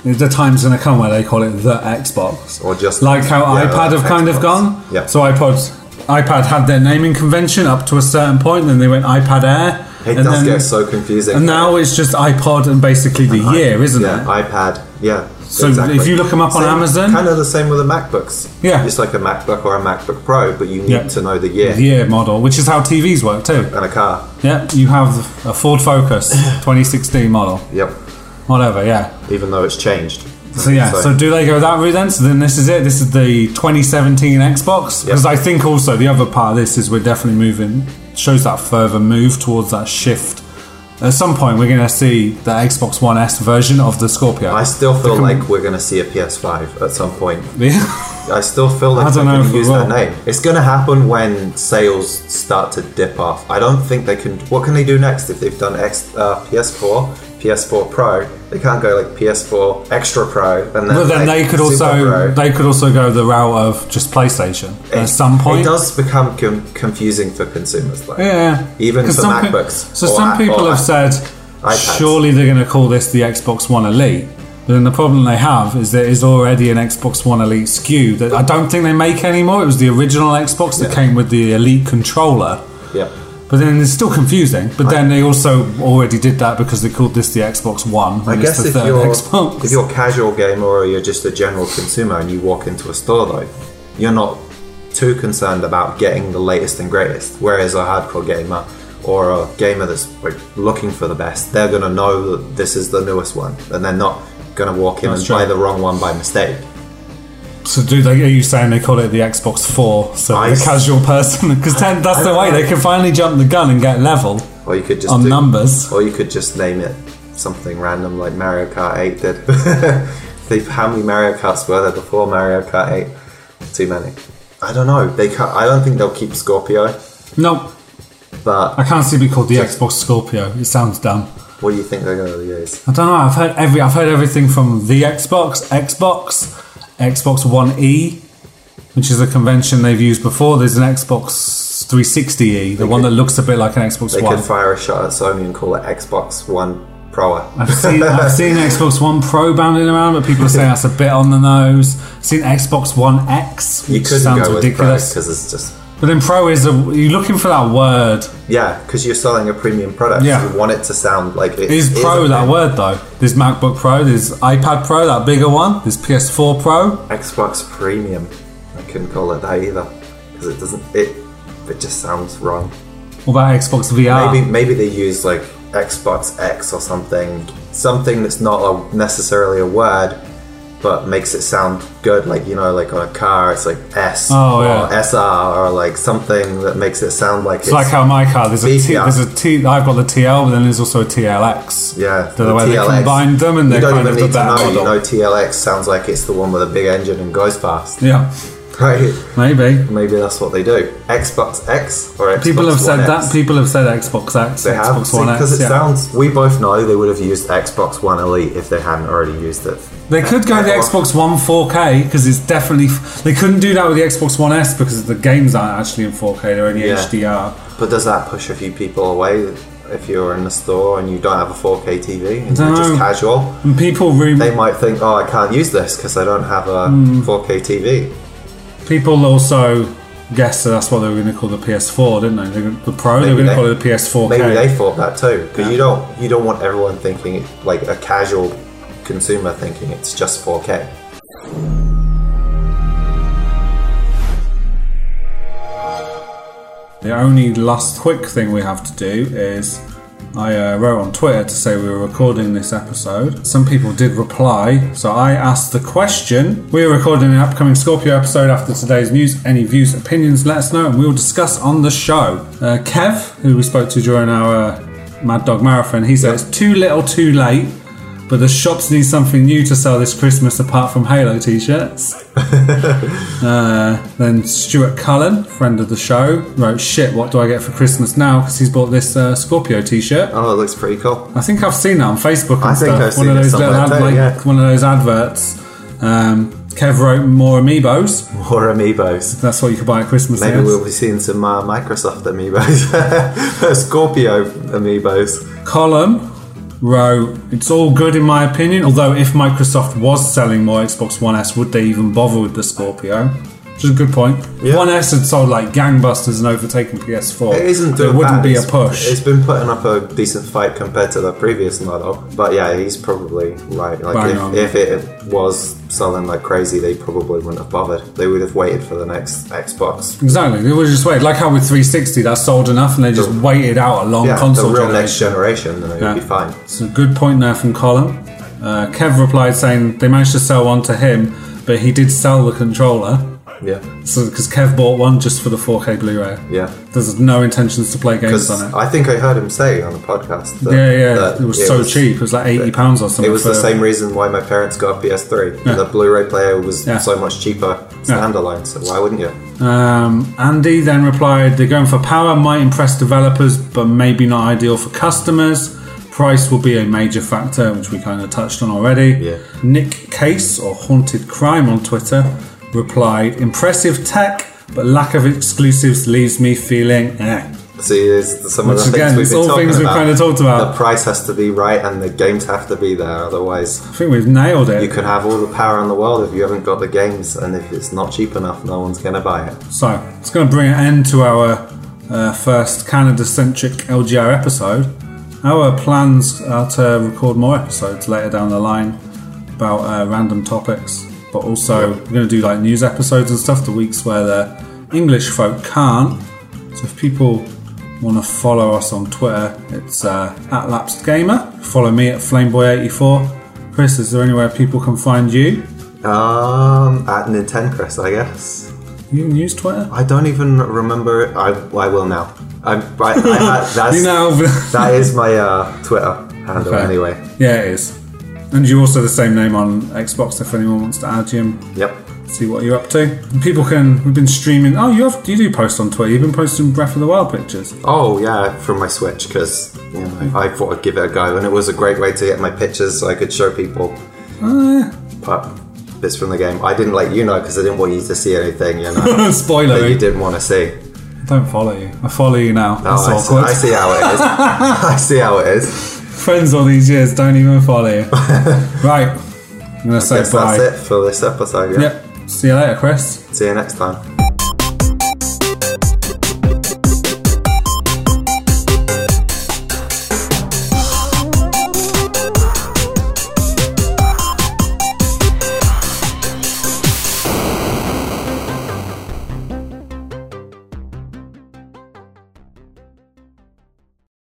[SPEAKER 3] the time's going to come where they call it the Xbox,
[SPEAKER 4] Or just-
[SPEAKER 3] like how
[SPEAKER 4] yeah,
[SPEAKER 3] iPad have kind of
[SPEAKER 4] Xbox.
[SPEAKER 3] gone.
[SPEAKER 4] Yeah.
[SPEAKER 3] So iPods iPad had their naming convention up to a certain point, then they went iPad Air.
[SPEAKER 4] It
[SPEAKER 3] and
[SPEAKER 4] does
[SPEAKER 3] then-
[SPEAKER 4] get so confusing.
[SPEAKER 3] And now it's just iPod and basically the year, isn't
[SPEAKER 4] yeah,
[SPEAKER 3] it?
[SPEAKER 4] iPad. Yeah.
[SPEAKER 3] So if you look 'em up on Amazon-
[SPEAKER 4] kind of the same with the MacBooks.
[SPEAKER 3] Yeah.
[SPEAKER 4] it's like a MacBook or a MacBook Pro, but you need
[SPEAKER 3] Yeah.
[SPEAKER 4] to know the year
[SPEAKER 3] The year model, which is how TVs work too.
[SPEAKER 4] and a car.
[SPEAKER 3] Yeah, you have a Ford Focus 2016 model,
[SPEAKER 4] Yep,
[SPEAKER 3] whatever. Yeah.
[SPEAKER 4] even though it's changed.
[SPEAKER 3] So yeah,
[SPEAKER 4] So-
[SPEAKER 3] so, do they go that route then? So then this is it. This is the 2017 Xbox because
[SPEAKER 4] Yeah.
[SPEAKER 3] I think also the other part of this is we're definitely moving shows that further move towards that shift. At some point, we're going to see the Xbox One S version of the Scorpio.
[SPEAKER 4] I still feel like we're going to see a PS5 at some point.
[SPEAKER 3] Yeah.
[SPEAKER 4] I still feel like
[SPEAKER 3] I
[SPEAKER 4] they
[SPEAKER 3] don't know
[SPEAKER 4] can
[SPEAKER 3] if we
[SPEAKER 4] use that
[SPEAKER 3] will.
[SPEAKER 4] name. It's going to happen when sales start to dip off. I don't think they can. What can they do next if they've done X, uh, PS4, PS4 Pro? They can't go like PS4 Extra Pro, and then,
[SPEAKER 3] but then
[SPEAKER 4] like,
[SPEAKER 3] they could
[SPEAKER 4] Super Pro.
[SPEAKER 3] also they could also go the route of just PlayStation
[SPEAKER 4] It-
[SPEAKER 3] at some point.
[SPEAKER 4] It does become com- confusing for consumers, though.
[SPEAKER 3] Yeah,
[SPEAKER 4] Even
[SPEAKER 3] 'Cause
[SPEAKER 4] for
[SPEAKER 3] some pe-
[SPEAKER 4] MacBooks
[SPEAKER 3] so
[SPEAKER 4] or
[SPEAKER 3] some
[SPEAKER 4] a-
[SPEAKER 3] people
[SPEAKER 4] or
[SPEAKER 3] have said,
[SPEAKER 4] iPads.
[SPEAKER 3] surely they're going to call this the Xbox One Elite. But then the problem they have is there is already an Xbox One Elite SKU that I don't think they make anymore. It was the original Xbox that
[SPEAKER 4] Yeah.
[SPEAKER 3] came with the Elite controller.
[SPEAKER 4] Yep.
[SPEAKER 3] But then it's still confusing. But then they also already did that because they called this the Xbox One.
[SPEAKER 4] I
[SPEAKER 3] and
[SPEAKER 4] guess
[SPEAKER 3] it's
[SPEAKER 4] if
[SPEAKER 3] the third
[SPEAKER 4] you're
[SPEAKER 3] Xbox.
[SPEAKER 4] if you're a casual gamer or you're just a general consumer and you walk into a store though, you're not too concerned about getting the latest and greatest. Whereas a hardcore gamer or a gamer that's like looking for the best, they're gonna know that this is the newest one, and they're not gonna walk in
[SPEAKER 3] That's
[SPEAKER 4] and
[SPEAKER 3] true.
[SPEAKER 4] buy the wrong one by mistake.
[SPEAKER 3] so do they? Are you saying they call it the Xbox Four? So
[SPEAKER 4] I
[SPEAKER 3] the
[SPEAKER 4] s-
[SPEAKER 3] casual person, because that's the way they can finally jump the gun and get level
[SPEAKER 4] Or you could just
[SPEAKER 3] on
[SPEAKER 4] do-
[SPEAKER 3] numbers.
[SPEAKER 4] or you could just name it something random like Mario Kart 8 did. they how many Mario Karts were there before Mario Kart 8? Too many. I don't know. They can't, I don't think they'll keep Scorpio,
[SPEAKER 3] Nope.
[SPEAKER 4] but
[SPEAKER 3] I can't see it being called the Xbox Scorpio. It sounds dumb.
[SPEAKER 4] what do you think they're going to use?
[SPEAKER 3] I don't know. I've heard every. I've heard everything from the Xbox, Xbox, Xbox One E, which is a convention they've used before. There's an Xbox 360e, the one that looks a bit like an Xbox
[SPEAKER 4] They
[SPEAKER 3] One.
[SPEAKER 4] could fire a shot at Sony and call it Xbox One Pro.
[SPEAKER 3] I've seen, I've seen Xbox One Pro bounding around, but people are saying that's a bit on the nose. seen Xbox One X,
[SPEAKER 4] You
[SPEAKER 3] which
[SPEAKER 4] couldn't
[SPEAKER 3] sounds
[SPEAKER 4] go with
[SPEAKER 3] ridiculous.
[SPEAKER 4] because it's just
[SPEAKER 3] but then Pro is a. You're looking for that word.
[SPEAKER 4] yeah, because you're selling a premium product.
[SPEAKER 3] Yeah.
[SPEAKER 4] You want it to sound like it
[SPEAKER 3] Is
[SPEAKER 4] a
[SPEAKER 3] Pro that
[SPEAKER 4] premium-
[SPEAKER 3] word though? There's MacBook Pro, there's iPad Pro, that bigger one, there's PS4 Pro.
[SPEAKER 4] Xbox Premium. I couldn't call it that either because it doesn't. It it just sounds wrong.
[SPEAKER 3] What about Xbox VR?
[SPEAKER 4] Maybe maybe they use like Xbox X or something, something that's not a, necessarily a word, but makes it sound good. Like you know, like on a car, it's like S
[SPEAKER 3] Oh,
[SPEAKER 4] or
[SPEAKER 3] yeah.
[SPEAKER 4] SR or like something that makes it sound like it's,
[SPEAKER 3] It's like how my car there's a T,
[SPEAKER 4] VR.
[SPEAKER 3] there's a T. I've got the TL, but then there's also a TLX.
[SPEAKER 4] yeah.
[SPEAKER 3] the, way they
[SPEAKER 4] TLX.
[SPEAKER 3] combined them and
[SPEAKER 4] you
[SPEAKER 3] they're
[SPEAKER 4] don't
[SPEAKER 3] kind
[SPEAKER 4] even
[SPEAKER 3] of the
[SPEAKER 4] need to
[SPEAKER 3] better
[SPEAKER 4] know.
[SPEAKER 3] model.
[SPEAKER 4] You know, TLX sounds like it's the one with a big engine and goes fast,
[SPEAKER 3] Yeah,
[SPEAKER 4] right?
[SPEAKER 3] maybe.
[SPEAKER 4] Maybe that's what they do. Xbox X or Xbox
[SPEAKER 3] People have said
[SPEAKER 4] One
[SPEAKER 3] that.
[SPEAKER 4] X?
[SPEAKER 3] People have said Xbox X,
[SPEAKER 4] They have
[SPEAKER 3] Xbox One
[SPEAKER 4] because
[SPEAKER 3] X.
[SPEAKER 4] it
[SPEAKER 3] Yeah.
[SPEAKER 4] sounds. We both know they would have used Xbox One Elite if they hadn't already used it.
[SPEAKER 3] They could go the Xbox One 4K because it's definitely. F- they couldn't do that with the Xbox One S because the games aren't actually in 4K. They're only
[SPEAKER 4] Yeah.
[SPEAKER 3] HDR.
[SPEAKER 4] But does that push a few people away if you're in the store and you don't have a 4K TV and
[SPEAKER 3] Dunno.
[SPEAKER 4] you're just casual?
[SPEAKER 3] And people room.
[SPEAKER 4] They might think, oh, I can't use this because I don't have a 4K TV.
[SPEAKER 3] People also guessed that that's what they were going to call the PS4, didn't they? They- The Pro, they were
[SPEAKER 4] Maybe
[SPEAKER 3] going to
[SPEAKER 4] they-
[SPEAKER 3] call it the PS4K.
[SPEAKER 4] Maybe they thought that too, because you don't you don't want everyone thinking like a casual consumer thinking it's just 4K.
[SPEAKER 3] The only last quick thing we have to do is I uh, wrote on Twitter to say we were recording this episode. Some people did reply, so I asked the question. We are recording an upcoming Scorpio episode after today's news. Any views, opinions, let us know, and we will discuss on the show. Uh, Kev, who we spoke to during our uh, Mad Dog Marathon, he said it's too little, too late. But the shops need something new to sell this Christmas apart from Halo t shirts. Then Stuart Cullen, friend of the show, wrote, "Shit, what do I get for Christmas now?" Because he's bought this uh, Scorpio T-shirt.
[SPEAKER 4] Oh, it looks pretty cool.
[SPEAKER 3] I think I've seen that on Facebook. And
[SPEAKER 4] I think
[SPEAKER 3] stuff. one
[SPEAKER 4] I've seen
[SPEAKER 3] of
[SPEAKER 4] it
[SPEAKER 3] those little
[SPEAKER 4] somewhere
[SPEAKER 3] ad-
[SPEAKER 4] too,
[SPEAKER 3] like,
[SPEAKER 4] yeah.
[SPEAKER 3] one of those adverts. Um, Kev wrote more amiibos.
[SPEAKER 4] More amiibos.
[SPEAKER 3] That's what you could buy at Christmas.
[SPEAKER 4] Maybe
[SPEAKER 3] sales.
[SPEAKER 4] we'll be seeing some uh, Microsoft amiibos, Scorpio amiibos.
[SPEAKER 3] Column wrote, "It's all good in my opinion. Although if Microsoft was selling more Xbox One S, would they even bother with the Scorpio?" Which is a good point.
[SPEAKER 4] Yeah.
[SPEAKER 3] One S had sold like gangbusters and overtaken PS4.
[SPEAKER 4] It isn't
[SPEAKER 3] There
[SPEAKER 4] doing
[SPEAKER 3] wouldn't
[SPEAKER 4] bad.
[SPEAKER 3] be a
[SPEAKER 4] It's-
[SPEAKER 3] push.
[SPEAKER 4] It's been putting up a decent fight compared to the previous model. But yeah, he's probably right.
[SPEAKER 3] Bang
[SPEAKER 4] Like
[SPEAKER 3] on.
[SPEAKER 4] if, if it was selling like crazy, they probably wouldn't have bothered. They would have waited for the next Xbox.
[SPEAKER 3] Exactly. They would just wait. Like how with 360, that sold enough, and they just waited out a long
[SPEAKER 4] Yeah,
[SPEAKER 3] console
[SPEAKER 4] the real
[SPEAKER 3] generation.
[SPEAKER 4] next generation, then it would
[SPEAKER 3] Yeah.
[SPEAKER 4] be fine.
[SPEAKER 3] It's a good point there from Colin. Uh, Kev replied saying they managed to sell one to him, but he did sell the controller.
[SPEAKER 4] Yeah,
[SPEAKER 3] So because Kev bought one just for the 4K Blu-ray.
[SPEAKER 4] yeah.
[SPEAKER 3] There's no intentions to play games
[SPEAKER 4] Because
[SPEAKER 3] on it.
[SPEAKER 4] I think I heard him say on the podcast. That,
[SPEAKER 3] yeah, yeah.
[SPEAKER 4] that
[SPEAKER 3] it was so cheap. It was like 80 pounds or something.
[SPEAKER 4] uh, It was
[SPEAKER 3] for-
[SPEAKER 4] the same reason why my parents got a PS3.
[SPEAKER 3] Yeah.
[SPEAKER 4] The Blu-ray player was
[SPEAKER 3] Yeah.
[SPEAKER 4] so much cheaper standalone, so why wouldn't you?
[SPEAKER 3] Um, Andy then replied, "They're going for power, might impress developers, but maybe not ideal for customers. Price will be a major factor, which we kind of touched on already."
[SPEAKER 4] Yeah.
[SPEAKER 3] Nick Case or Haunted Crime on Twitter replied, "Impressive tech, but lack of exclusives leaves me feeling eh."
[SPEAKER 4] See, there's some
[SPEAKER 3] Which
[SPEAKER 4] of the
[SPEAKER 3] again,
[SPEAKER 4] things we've
[SPEAKER 3] it's
[SPEAKER 4] been
[SPEAKER 3] all
[SPEAKER 4] talking
[SPEAKER 3] things we've
[SPEAKER 4] about.
[SPEAKER 3] kinda talked about.
[SPEAKER 4] The price has to be right, and the games have to be there. Otherwise,
[SPEAKER 3] I think we've nailed it.
[SPEAKER 4] you can have all the power in the world if you haven't got the games, and if it's not cheap enough, no one's going to buy it.
[SPEAKER 3] So it's going to bring an end to our uh, first Canada-centric LGR episode. Our plans are to record more episodes later down the line about uh, random topics, but also we're going to do like news episodes and stuff the weeks where the English folk can't. So if people want to follow us on Twitter, it's uh, at Lapsed Gamer. Follow me at Flameboy84. Chris, is there anywhere people can find you?
[SPEAKER 4] Um, at Nintencrest, I guess.
[SPEAKER 3] You can use Twitter.
[SPEAKER 4] I don't even remember. it. I I will now. I'm right. I had, that's,
[SPEAKER 3] You know.
[SPEAKER 4] that is my uh, Twitter handle
[SPEAKER 3] Fair.
[SPEAKER 4] anyway.
[SPEAKER 3] Yeah, it is. And you also the same name on Xbox if anyone wants to add you and
[SPEAKER 4] Yep.
[SPEAKER 3] see what you're up to. And people can we've been streaming oh you have you do post on Twitter, you've been posting Breath of the Wild pictures.
[SPEAKER 4] Oh yeah, from my Switch because you know,
[SPEAKER 3] Hmm.
[SPEAKER 4] I thought I'd give it a go, and it was a great way to get my pictures so I could show people
[SPEAKER 3] Uh.
[SPEAKER 4] part- bits from the game. I didn't let you know because I didn't want you to see anything, you know, that
[SPEAKER 3] Spoiler.
[SPEAKER 4] Oh. you didn't want to see.
[SPEAKER 3] Don't follow you. I follow you now.
[SPEAKER 4] No,
[SPEAKER 3] That's
[SPEAKER 4] I, see,
[SPEAKER 3] awkward.
[SPEAKER 4] I see how it is. I see how it is.
[SPEAKER 3] Friends all these years don't even follow you. right. I'm gonna say
[SPEAKER 4] Guess
[SPEAKER 3] bye.
[SPEAKER 4] that's it for this episode. Yeah.
[SPEAKER 3] Yep. See you later, Chris.
[SPEAKER 4] See you next time.